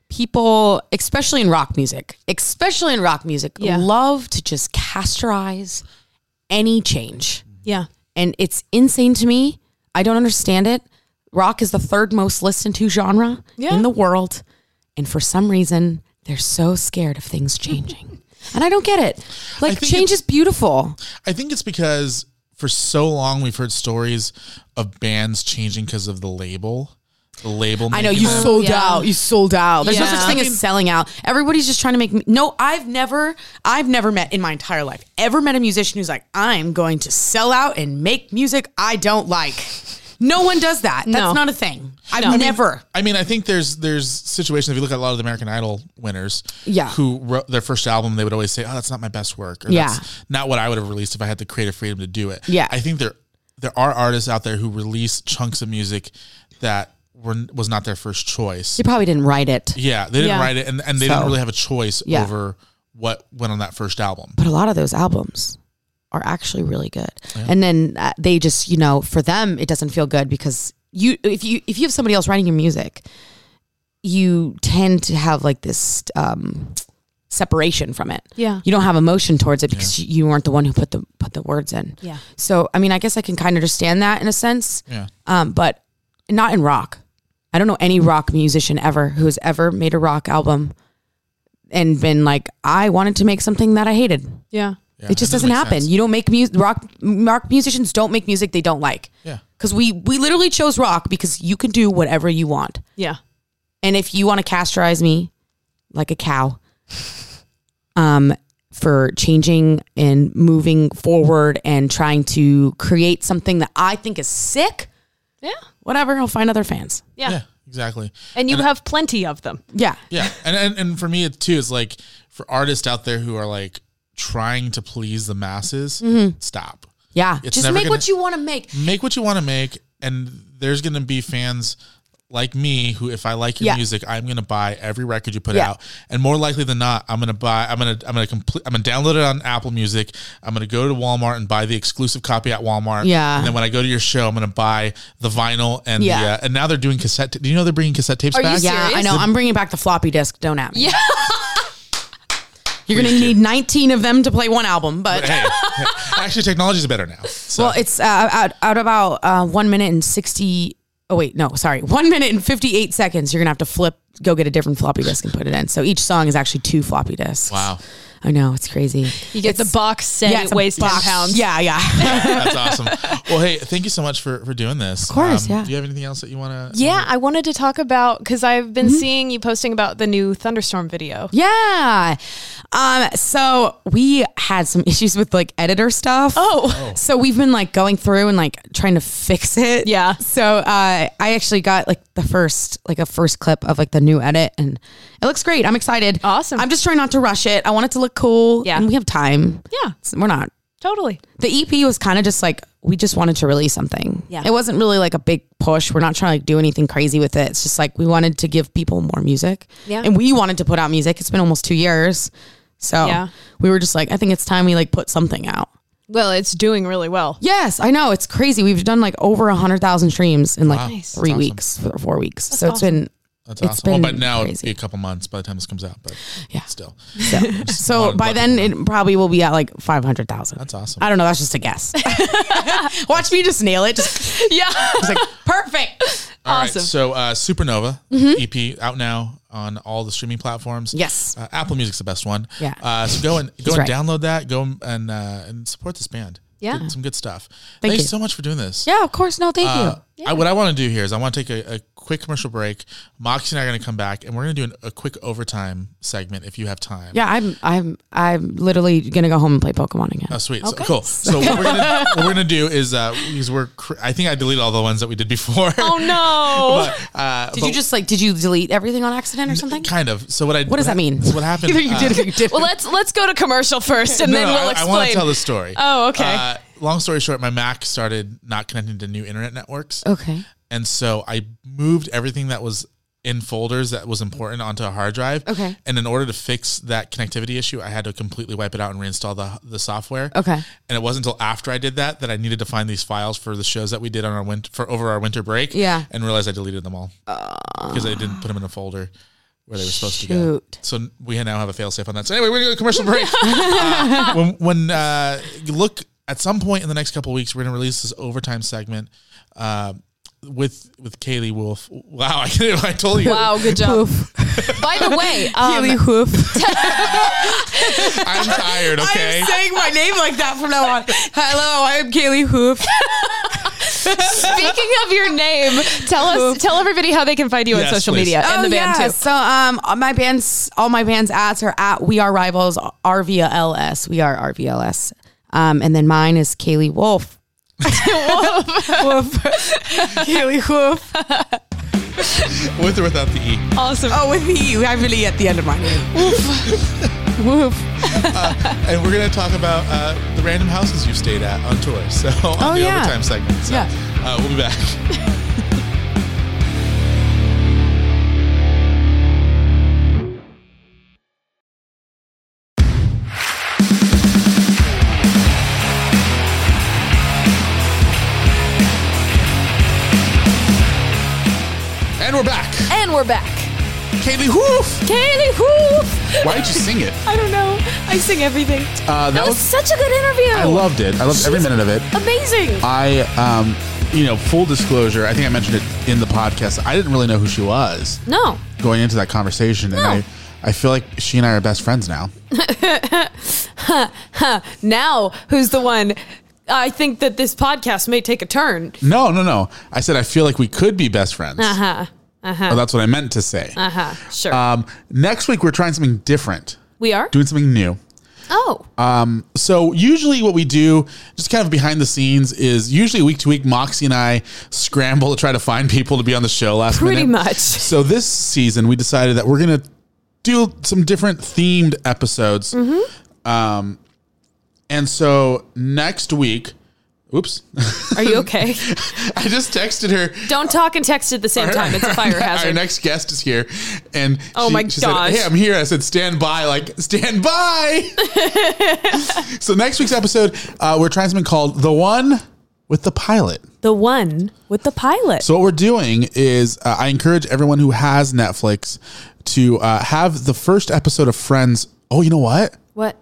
S1: people, especially in rock music, especially in rock music,
S3: Yeah.
S1: love to just castorize any change,
S3: Yeah.
S1: and it's insane to me. I don't understand it. Rock is the third most listened to genre
S3: Yeah.
S1: in the world, and for some reason, they're so scared of things changing. And I don't get it. Like
S5: think
S1: change
S5: it-
S1: is beautiful.
S5: I think it's because for so long we've heard stories of bands changing because of the label. The label.
S1: I know
S5: making
S1: you
S5: them-
S1: sold
S3: yeah.
S1: out. You sold out. Um, There's no
S3: Yeah.
S1: such thing as selling out. Everybody's just trying to make. m- No, I've never, I've never met in my entire life ever met a musician who's like, I'm going to sell out and make music I don't like. No one does that.
S3: No.
S1: That's not a thing. I've never.
S5: I mean, I think there's there's situations if you look at a lot of the American Idol winners,
S1: Yeah.
S5: who wrote their first album, they would always say, "Oh, that's not my best work," or
S1: Yeah.
S5: "That's not what I would have released if I had the creative freedom to do it."
S1: Yeah.
S5: I think there there are artists out there who release chunks of music that were was not their first choice.
S1: She probably didn't write it.
S5: Yeah, they didn't
S3: Yeah.
S5: write it, and, and they
S1: So-
S5: didn't really have a choice
S1: Yeah.
S5: over what went on that first album.
S1: but a lot of those albums are actually really good. And then uh, they just, you know, for them it doesn't feel good because you if you if you have somebody else writing your music, you tend to have like this um separation from it.
S3: Yeah.
S1: You don't have emotion towards it because you weren't the one who put the put the words in.
S3: Yeah.
S1: So, I mean, I guess I can kind of understand that in a sense.
S5: Yeah.
S1: Um but not in rock. I don't know any rock musician ever who has ever made a rock album and been like, I wanted to make something that I hated
S3: Yeah.
S5: Yeah,
S1: it just
S5: that
S1: doesn't
S5: make
S1: happen.
S5: sense.
S1: You don't make music. Rock rock musicians don't make music they don't like.
S5: Yeah.
S1: Because we we literally chose rock because you can do whatever you want.
S3: Yeah.
S1: And if you want to castorize me like a cow, um, for changing and moving forward and trying to create something that I think is sick,
S3: Yeah.
S1: whatever, I'll find other fans.
S3: Yeah.
S5: Yeah, exactly.
S3: And you have plenty of them.
S1: Yeah.
S5: Yeah, and, and and for me it too is like for artists out there who are like trying to please the masses,
S1: Mm-hmm.
S5: stop.
S1: Yeah.
S5: It's
S1: Just
S5: never
S1: make
S5: gonna-
S1: what you want to make.
S5: Make what you want to make, and there's gonna be fans like me who if I like your
S1: Yeah.
S5: music, I'm gonna buy every record you put
S1: Yeah.
S5: out. And more likely than not, I'm gonna buy I'm gonna I'm gonna complete I'm gonna download it on Apple Music. I'm gonna go to Walmart and buy the exclusive copy at Walmart.
S1: Yeah.
S5: And then when I go to your show, I'm gonna buy the vinyl and
S1: Yeah.
S5: the uh, and now they're doing cassette ta- do you know they're bringing cassette tapes
S3: Are you
S5: back?
S3: serious?
S1: Yeah, I know. I'm bringing back the floppy disk. Don't at me. [laughs]
S3: Yeah.
S1: You're going to
S5: Please do.
S1: need 19 of them to play one album, but.
S5: Hey, hey, actually technology's better now. So
S1: Well, it's uh, out, out about uh, one minute and 60. Oh, wait, no, sorry. [laughs] One minute and 58 seconds. You're going to have to flip, go get a different floppy disk and put it in. So each song is actually two floppy disks.
S5: Wow.
S1: I know. It's crazy.
S3: You get the box set.
S1: yeah,
S3: it
S1: it's a
S3: weighs 10
S1: box.
S3: pounds.
S1: Yeah, yeah.
S5: [laughs]
S1: [laughs]
S5: That's awesome. Well, hey, thank you so much for for doing this. Of
S1: course, yeah.
S5: Do you have anything else that you want to?
S3: Yeah, I wanted to talk about because I've been seeing you posting about the new thunderstorm video.
S1: Yeah. Um, so we had some [laughs] issues with like editor stuff.
S3: Oh.
S1: [laughs] So we've been like going through and like trying to fix it.
S3: Yeah.
S1: So uh, I actually got like the first, like a first clip of like the new edit and it looks great. I'm excited.
S3: Awesome.
S1: I'm just trying not to rush it. I want it to look cool.
S3: Yeah.
S1: And we have time.
S3: Yeah.
S1: It's- We're not.
S3: Totally.
S1: The EP was kind of just like, we just wanted to release something.
S3: Yeah.
S1: It wasn't really like a big push. We're not trying to like do anything crazy with it. It's just like we wanted to give people more music.
S3: Yeah.
S1: And we wanted to put out music. It's been almost two years. So
S3: Yeah.
S1: we were just like, I think it's time we like put something out.
S3: Well, it's doing really well.
S1: Yes, I know. It's crazy. We've done like over a hundred thousand streams in like
S5: Nice.
S1: three
S5: That's awesome.
S1: weeks or four weeks. so it's been
S5: That's
S1: It's
S5: awesome. Well,
S1: been
S5: but now it'd
S1: crazy.
S5: be a couple months by the time this comes out. But
S1: Yeah. [laughs]
S5: still,
S1: so, so
S5: wanted
S1: by
S5: buttons.
S1: then it probably will be at like five hundred thousand.
S5: That's awesome.
S1: I don't know. That's just a [laughs] guess. Watch me just nail it. [laughs] Just
S3: [laughs] [laughs] Yeah.
S1: it's like perfect.
S5: All right,
S3: Awesome.
S5: so uh, Supernova EP out now on all the streaming platforms.
S1: Mm-hmm. Yes.
S5: Uh, Apple Music's the best one.
S1: Yeah.
S5: Uh, so go and go and
S1: right.
S5: download that. Go and uh, and support this band.
S3: Yeah.
S5: Good- some good stuff.
S1: Thank
S5: Thanks
S1: you.
S5: so much for doing this.
S1: Yeah, of course. No, thank
S5: Uh,
S1: you.
S5: I, what I want to do here is I want to take a, a quick commercial break. Moxie and I are going to come back, and we're going to do an, a quick overtime segment if you have time.
S1: Yeah, I'm I'm I'm literally gonna go home and play Pokemon again.
S5: Oh, sweet. So, cool. So what we're gonna
S1: [laughs]
S5: what we're gonna do is uh, because we're cr- I think I deleted all the ones that we did before.
S3: Oh no.
S5: uh,
S1: Did you just like did you delete everything on accident or something?
S5: kind of? So what I
S1: What does that mean? [laughs]
S5: So what happened?
S1: Either you
S5: uh,
S1: did or you didn't.
S3: well, let's let's go to commercial first, and
S5: no,
S3: then
S5: no,
S3: we'll
S5: I,
S3: explain.
S5: I want to tell the story.
S3: Oh, okay.
S5: Uh, long story short, my Mac started not connecting to new internet networks,
S1: okay.
S5: and so I moved everything that was in folders that was important onto a hard drive.
S1: Okay.
S5: And in order to fix that connectivity issue, I had to completely wipe it out and reinstall the the software.
S1: Okay.
S5: And it wasn't until after I did that that I needed to find these files for the shows that we did on our winter for over our winter break.
S1: Yeah. Uh,
S5: And realized I deleted them all because I didn't put them in a folder where they were supposed
S1: Shoot.
S5: to go. So we now have a failsafe on that. So anyway, we're gonna go to
S1: [laughs]
S5: commercial break. Uh, [laughs] when when uh, you look at some point in the next couple of weeks, we're gonna release this overtime segment. Uh, with with Kaylee Wolf. Wow, I, can't- I totally
S3: wow, good job. By the
S1: [laughs]
S3: way, um,
S1: hoof.
S5: I'm
S1: [laughs]
S5: tired, okay?
S1: I'm saying my name like that from now on. Hello, I'm Kaylee [laughs] Hoof.
S3: speaking of your name, tell us tell everybody how they can find you
S5: Yes,
S3: on social
S5: please.
S3: media and the band too.
S1: Oh, So um all my band's all my band's ads are at we are rivals RVLS. We are RVLS. Um and then mine is Kaylee Wolf. Wolf. Kaylee Wolf.
S5: With or without the E.
S3: Awesome.
S1: Oh, with me, I'm really at the end of my name.
S5: [laughs]
S1: Woof. Woof.
S5: Uh, And we're going to talk about uh, the random houses you've stayed at on tour. [laughs] So on
S1: Oh,
S5: the
S1: yeah.
S5: overtime segment. So,
S1: Yeah.
S5: Uh, we'll be
S1: [laughs]
S5: back. And we're back.
S3: And we're back.
S5: Kaylee Hoof.
S3: Kaylee Hoof.
S5: Why'd you
S3: [laughs]
S5: sing it?
S3: I don't know. I sing everything.
S8: Uh,
S3: that was such a good interview.
S8: I loved it. I loved every minute of it.
S3: Amazing.
S5: Uh,
S8: I, um, you know, full disclosure, I think I mentioned it in the podcast. I didn't really know who she was
S3: No.
S8: going into that conversation, and
S3: No.
S8: I, I feel like she and I are best friends now.
S3: Now, who's the one? I think that this podcast may take a turn.
S8: No, no, no. I said I feel like we could be best friends. Uh huh. Uh huh. that's what I meant to say.
S3: Uh-huh. Uh huh. Sure.
S8: Um, next week we're trying something different,
S3: we are.
S8: doing something new.
S3: oh.
S8: So usually what we do, just kind of behind the scenes, is usually week to week, Moxie and I scramble to try to find people to be on the show last
S3: Pretty
S8: minute.
S3: much.
S8: So this season we decided that we're gonna do some different themed
S3: Mm-hmm.
S8: episodes. Um, and so next week. [laughs]
S5: Oops.
S3: Are you okay?
S5: I just texted her.
S3: Don't talk and text at the same time. It's
S5: [laughs]
S3: a fire
S5: Our
S3: hazard.
S5: next guest is here, and
S3: Oh my
S5: said,
S3: gosh.
S5: "Hey, I'm here." I said, "Stand by!" Like, stand
S3: [laughs]
S5: by. so next week's episode, uh, we're trying something called "The One with the Pilot."
S3: The one with the pilot.
S5: So what we're doing is, uh, I encourage everyone who has Netflix to uh, have the first episode of Friends. Oh, you know what?
S3: what?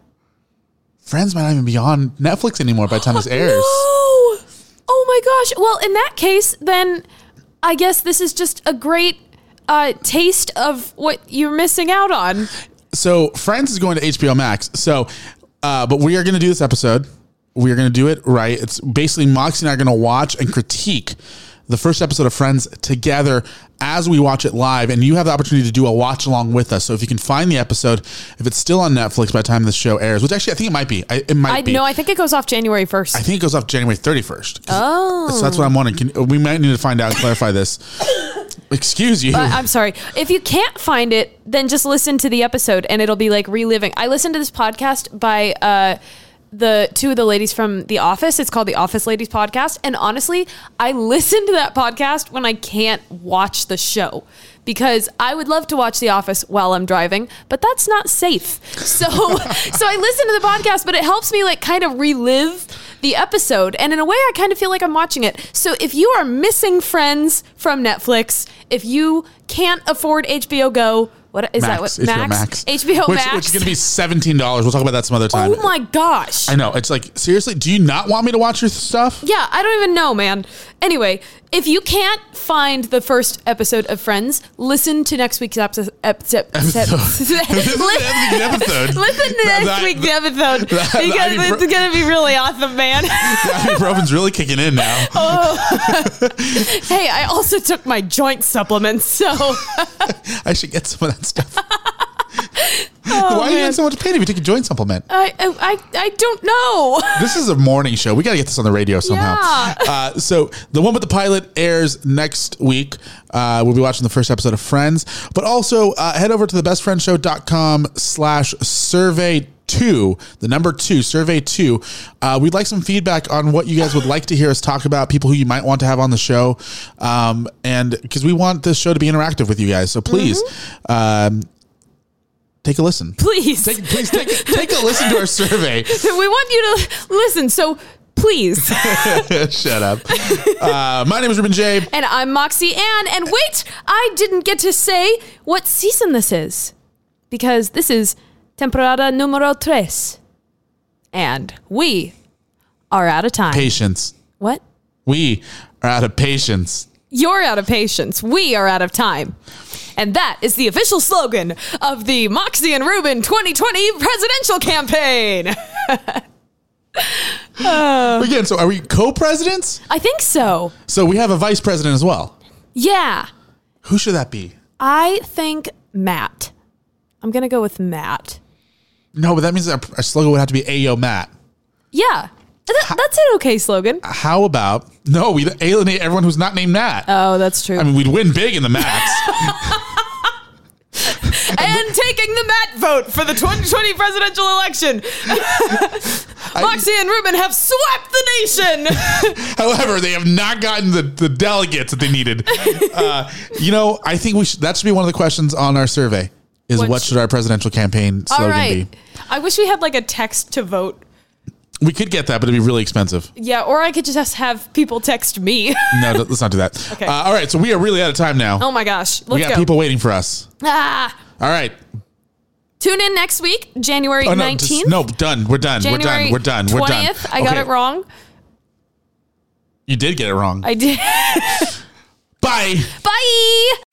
S5: Friends might not even be on Netflix anymore by the
S3: [laughs]
S5: time this airs.
S3: No! Oh my gosh. Well, in that case, then I guess this is just a great uh, taste of what you're missing out on.
S5: So Friends is going to HBO Max. So, uh, but we are going to do this episode. We are going to do it right. It's basically Moxie and I are going to watch and critique the first episode of Friends together as we watch it live. And you have the opportunity to do a watch along with us. So if you can find the episode, if it's still on Netflix by the time this show airs, which actually I think it might be, I, it might
S3: I
S5: be.
S3: know. I think it goes off January
S5: I
S3: 1st.
S5: think it goes off January 31st. Oh. So that's what I'm wondering. Can, we might need to find out and clarify this. [coughs] Excuse you.
S3: I, am sorry. If you can't find it, then just listen to the episode and it'll be like reliving. I listened to this podcast by uh, the two of the ladies from The Office. It's called The Office Ladies Podcast. And honestly, I [laughs] listen to that podcast when I can't watch the show because I would love to watch The Office while I'm driving, but that's not safe.
S5: [laughs]
S3: So so I listen to the podcast, but it helps me like kind of relive the episode. And in a way, I kind of feel like I'm watching it. So if you are missing Friends from Netflix, if you can't afford HBO Go, what is
S5: Max,
S3: that? What HBO
S5: which,
S3: Max.
S5: Which is going to be seventeen dollars. We'll talk about that some other time.
S3: oh my gosh.
S5: I know. It's like seriously. Do you not want me to watch your
S3: [laughs]
S5: stuff?
S3: Yeah, I don't even know, man. Anyway, if you can't find the first episode of Friends, listen to next week's episode. Episode.
S5: [laughs] Episode. Episode.
S3: [laughs] Listen to
S5: That-
S3: next
S5: that-
S3: week's
S5: [laughs]
S3: episode
S5: that- that-
S3: because
S5: I mean,
S3: it's
S5: bro-
S3: gonna be really awesome, man. [laughs]
S5: Yeah, Rovin's really kicking in now.
S3: Oh. hey, I also took my joint supplements, so
S5: [laughs] I should get some of that stuff. Why are you in
S3: Oh, man.
S5: so much pain if you take a joint supplement?
S3: I I I don't know. [laughs]
S5: This is a morning show. We got to get this on the radio somehow.
S3: Yeah.
S5: Uh, so the one with the pilot airs next week. Uh, we'll be watching the first episode of Friends, but also uh, head over to thebestfriendshow.com slash survey two, the number two, survey two. Uh, we'd like some feedback on what you guys would like to hear us talk about, people who you might want to have on the show. Um, and because we want this show to be interactive with you guys. So please, um, take a listen. [laughs]
S3: Please,
S5: Take, please take, take
S3: [laughs]
S5: a listen to our survey.
S3: we want you to listen. So please,
S5: [laughs] Shut up. Uh, my name is Ruben J.
S3: and I'm Moxie Ann. And wait, I didn't get to say what season this is because this is temporada numero tres, and we are out of time.
S5: Patience.
S3: What?
S5: We are out of patience.
S3: You're out of patience. We are out of time. And that is the official slogan of the Moxie and Rubin 2020 presidential campaign. Uh.
S5: Again, so are we co-presidents?
S3: I think so.
S5: So we have a vice president as well.
S3: Yeah.
S5: Who should that be?
S3: I think Matt. I'm going to go with Matt.
S5: No, but that means our, our slogan would have to be "Ayo Matt."
S3: Yeah. Th- that's an okay slogan.
S5: How about no? We alienate everyone who's not named Matt.
S3: Oh, that's true.
S5: I mean, we'd win big in the Mats. [laughs]
S3: and taking the Matt vote for the 2020 presidential
S5: [laughs]
S3: election. Moxie and Rubin have swept
S5: [laughs]
S3: the nation.
S5: However, they have not gotten the, the delegates that they
S3: [laughs]
S5: needed. Uh, you know, I think we should, that should be one of the questions on our survey: is what,
S3: What sh-
S5: should our presidential campaign
S3: All
S5: slogan
S3: right.
S5: be?
S3: I wish we had like a text to vote
S5: We could get that, but it'd be really expensive.
S3: Yeah, or I could just have people text me. [laughs]
S5: No, no, let's not do that.
S3: Okay.
S5: Uh, all right, so we are really out of time now.
S3: oh my gosh. Let's
S5: we got
S3: go.
S5: people waiting for us.
S3: ah,
S5: All right.
S3: tune in next week, January
S5: Oh, no,
S3: 19th.
S5: just- no, done. We're done.
S3: January
S5: we're done. We're done. We're done.
S3: 20th. I got
S5: Okay.
S3: it wrong.
S5: You did get it wrong.
S3: I did. [laughs]
S5: Bye.
S3: Bye.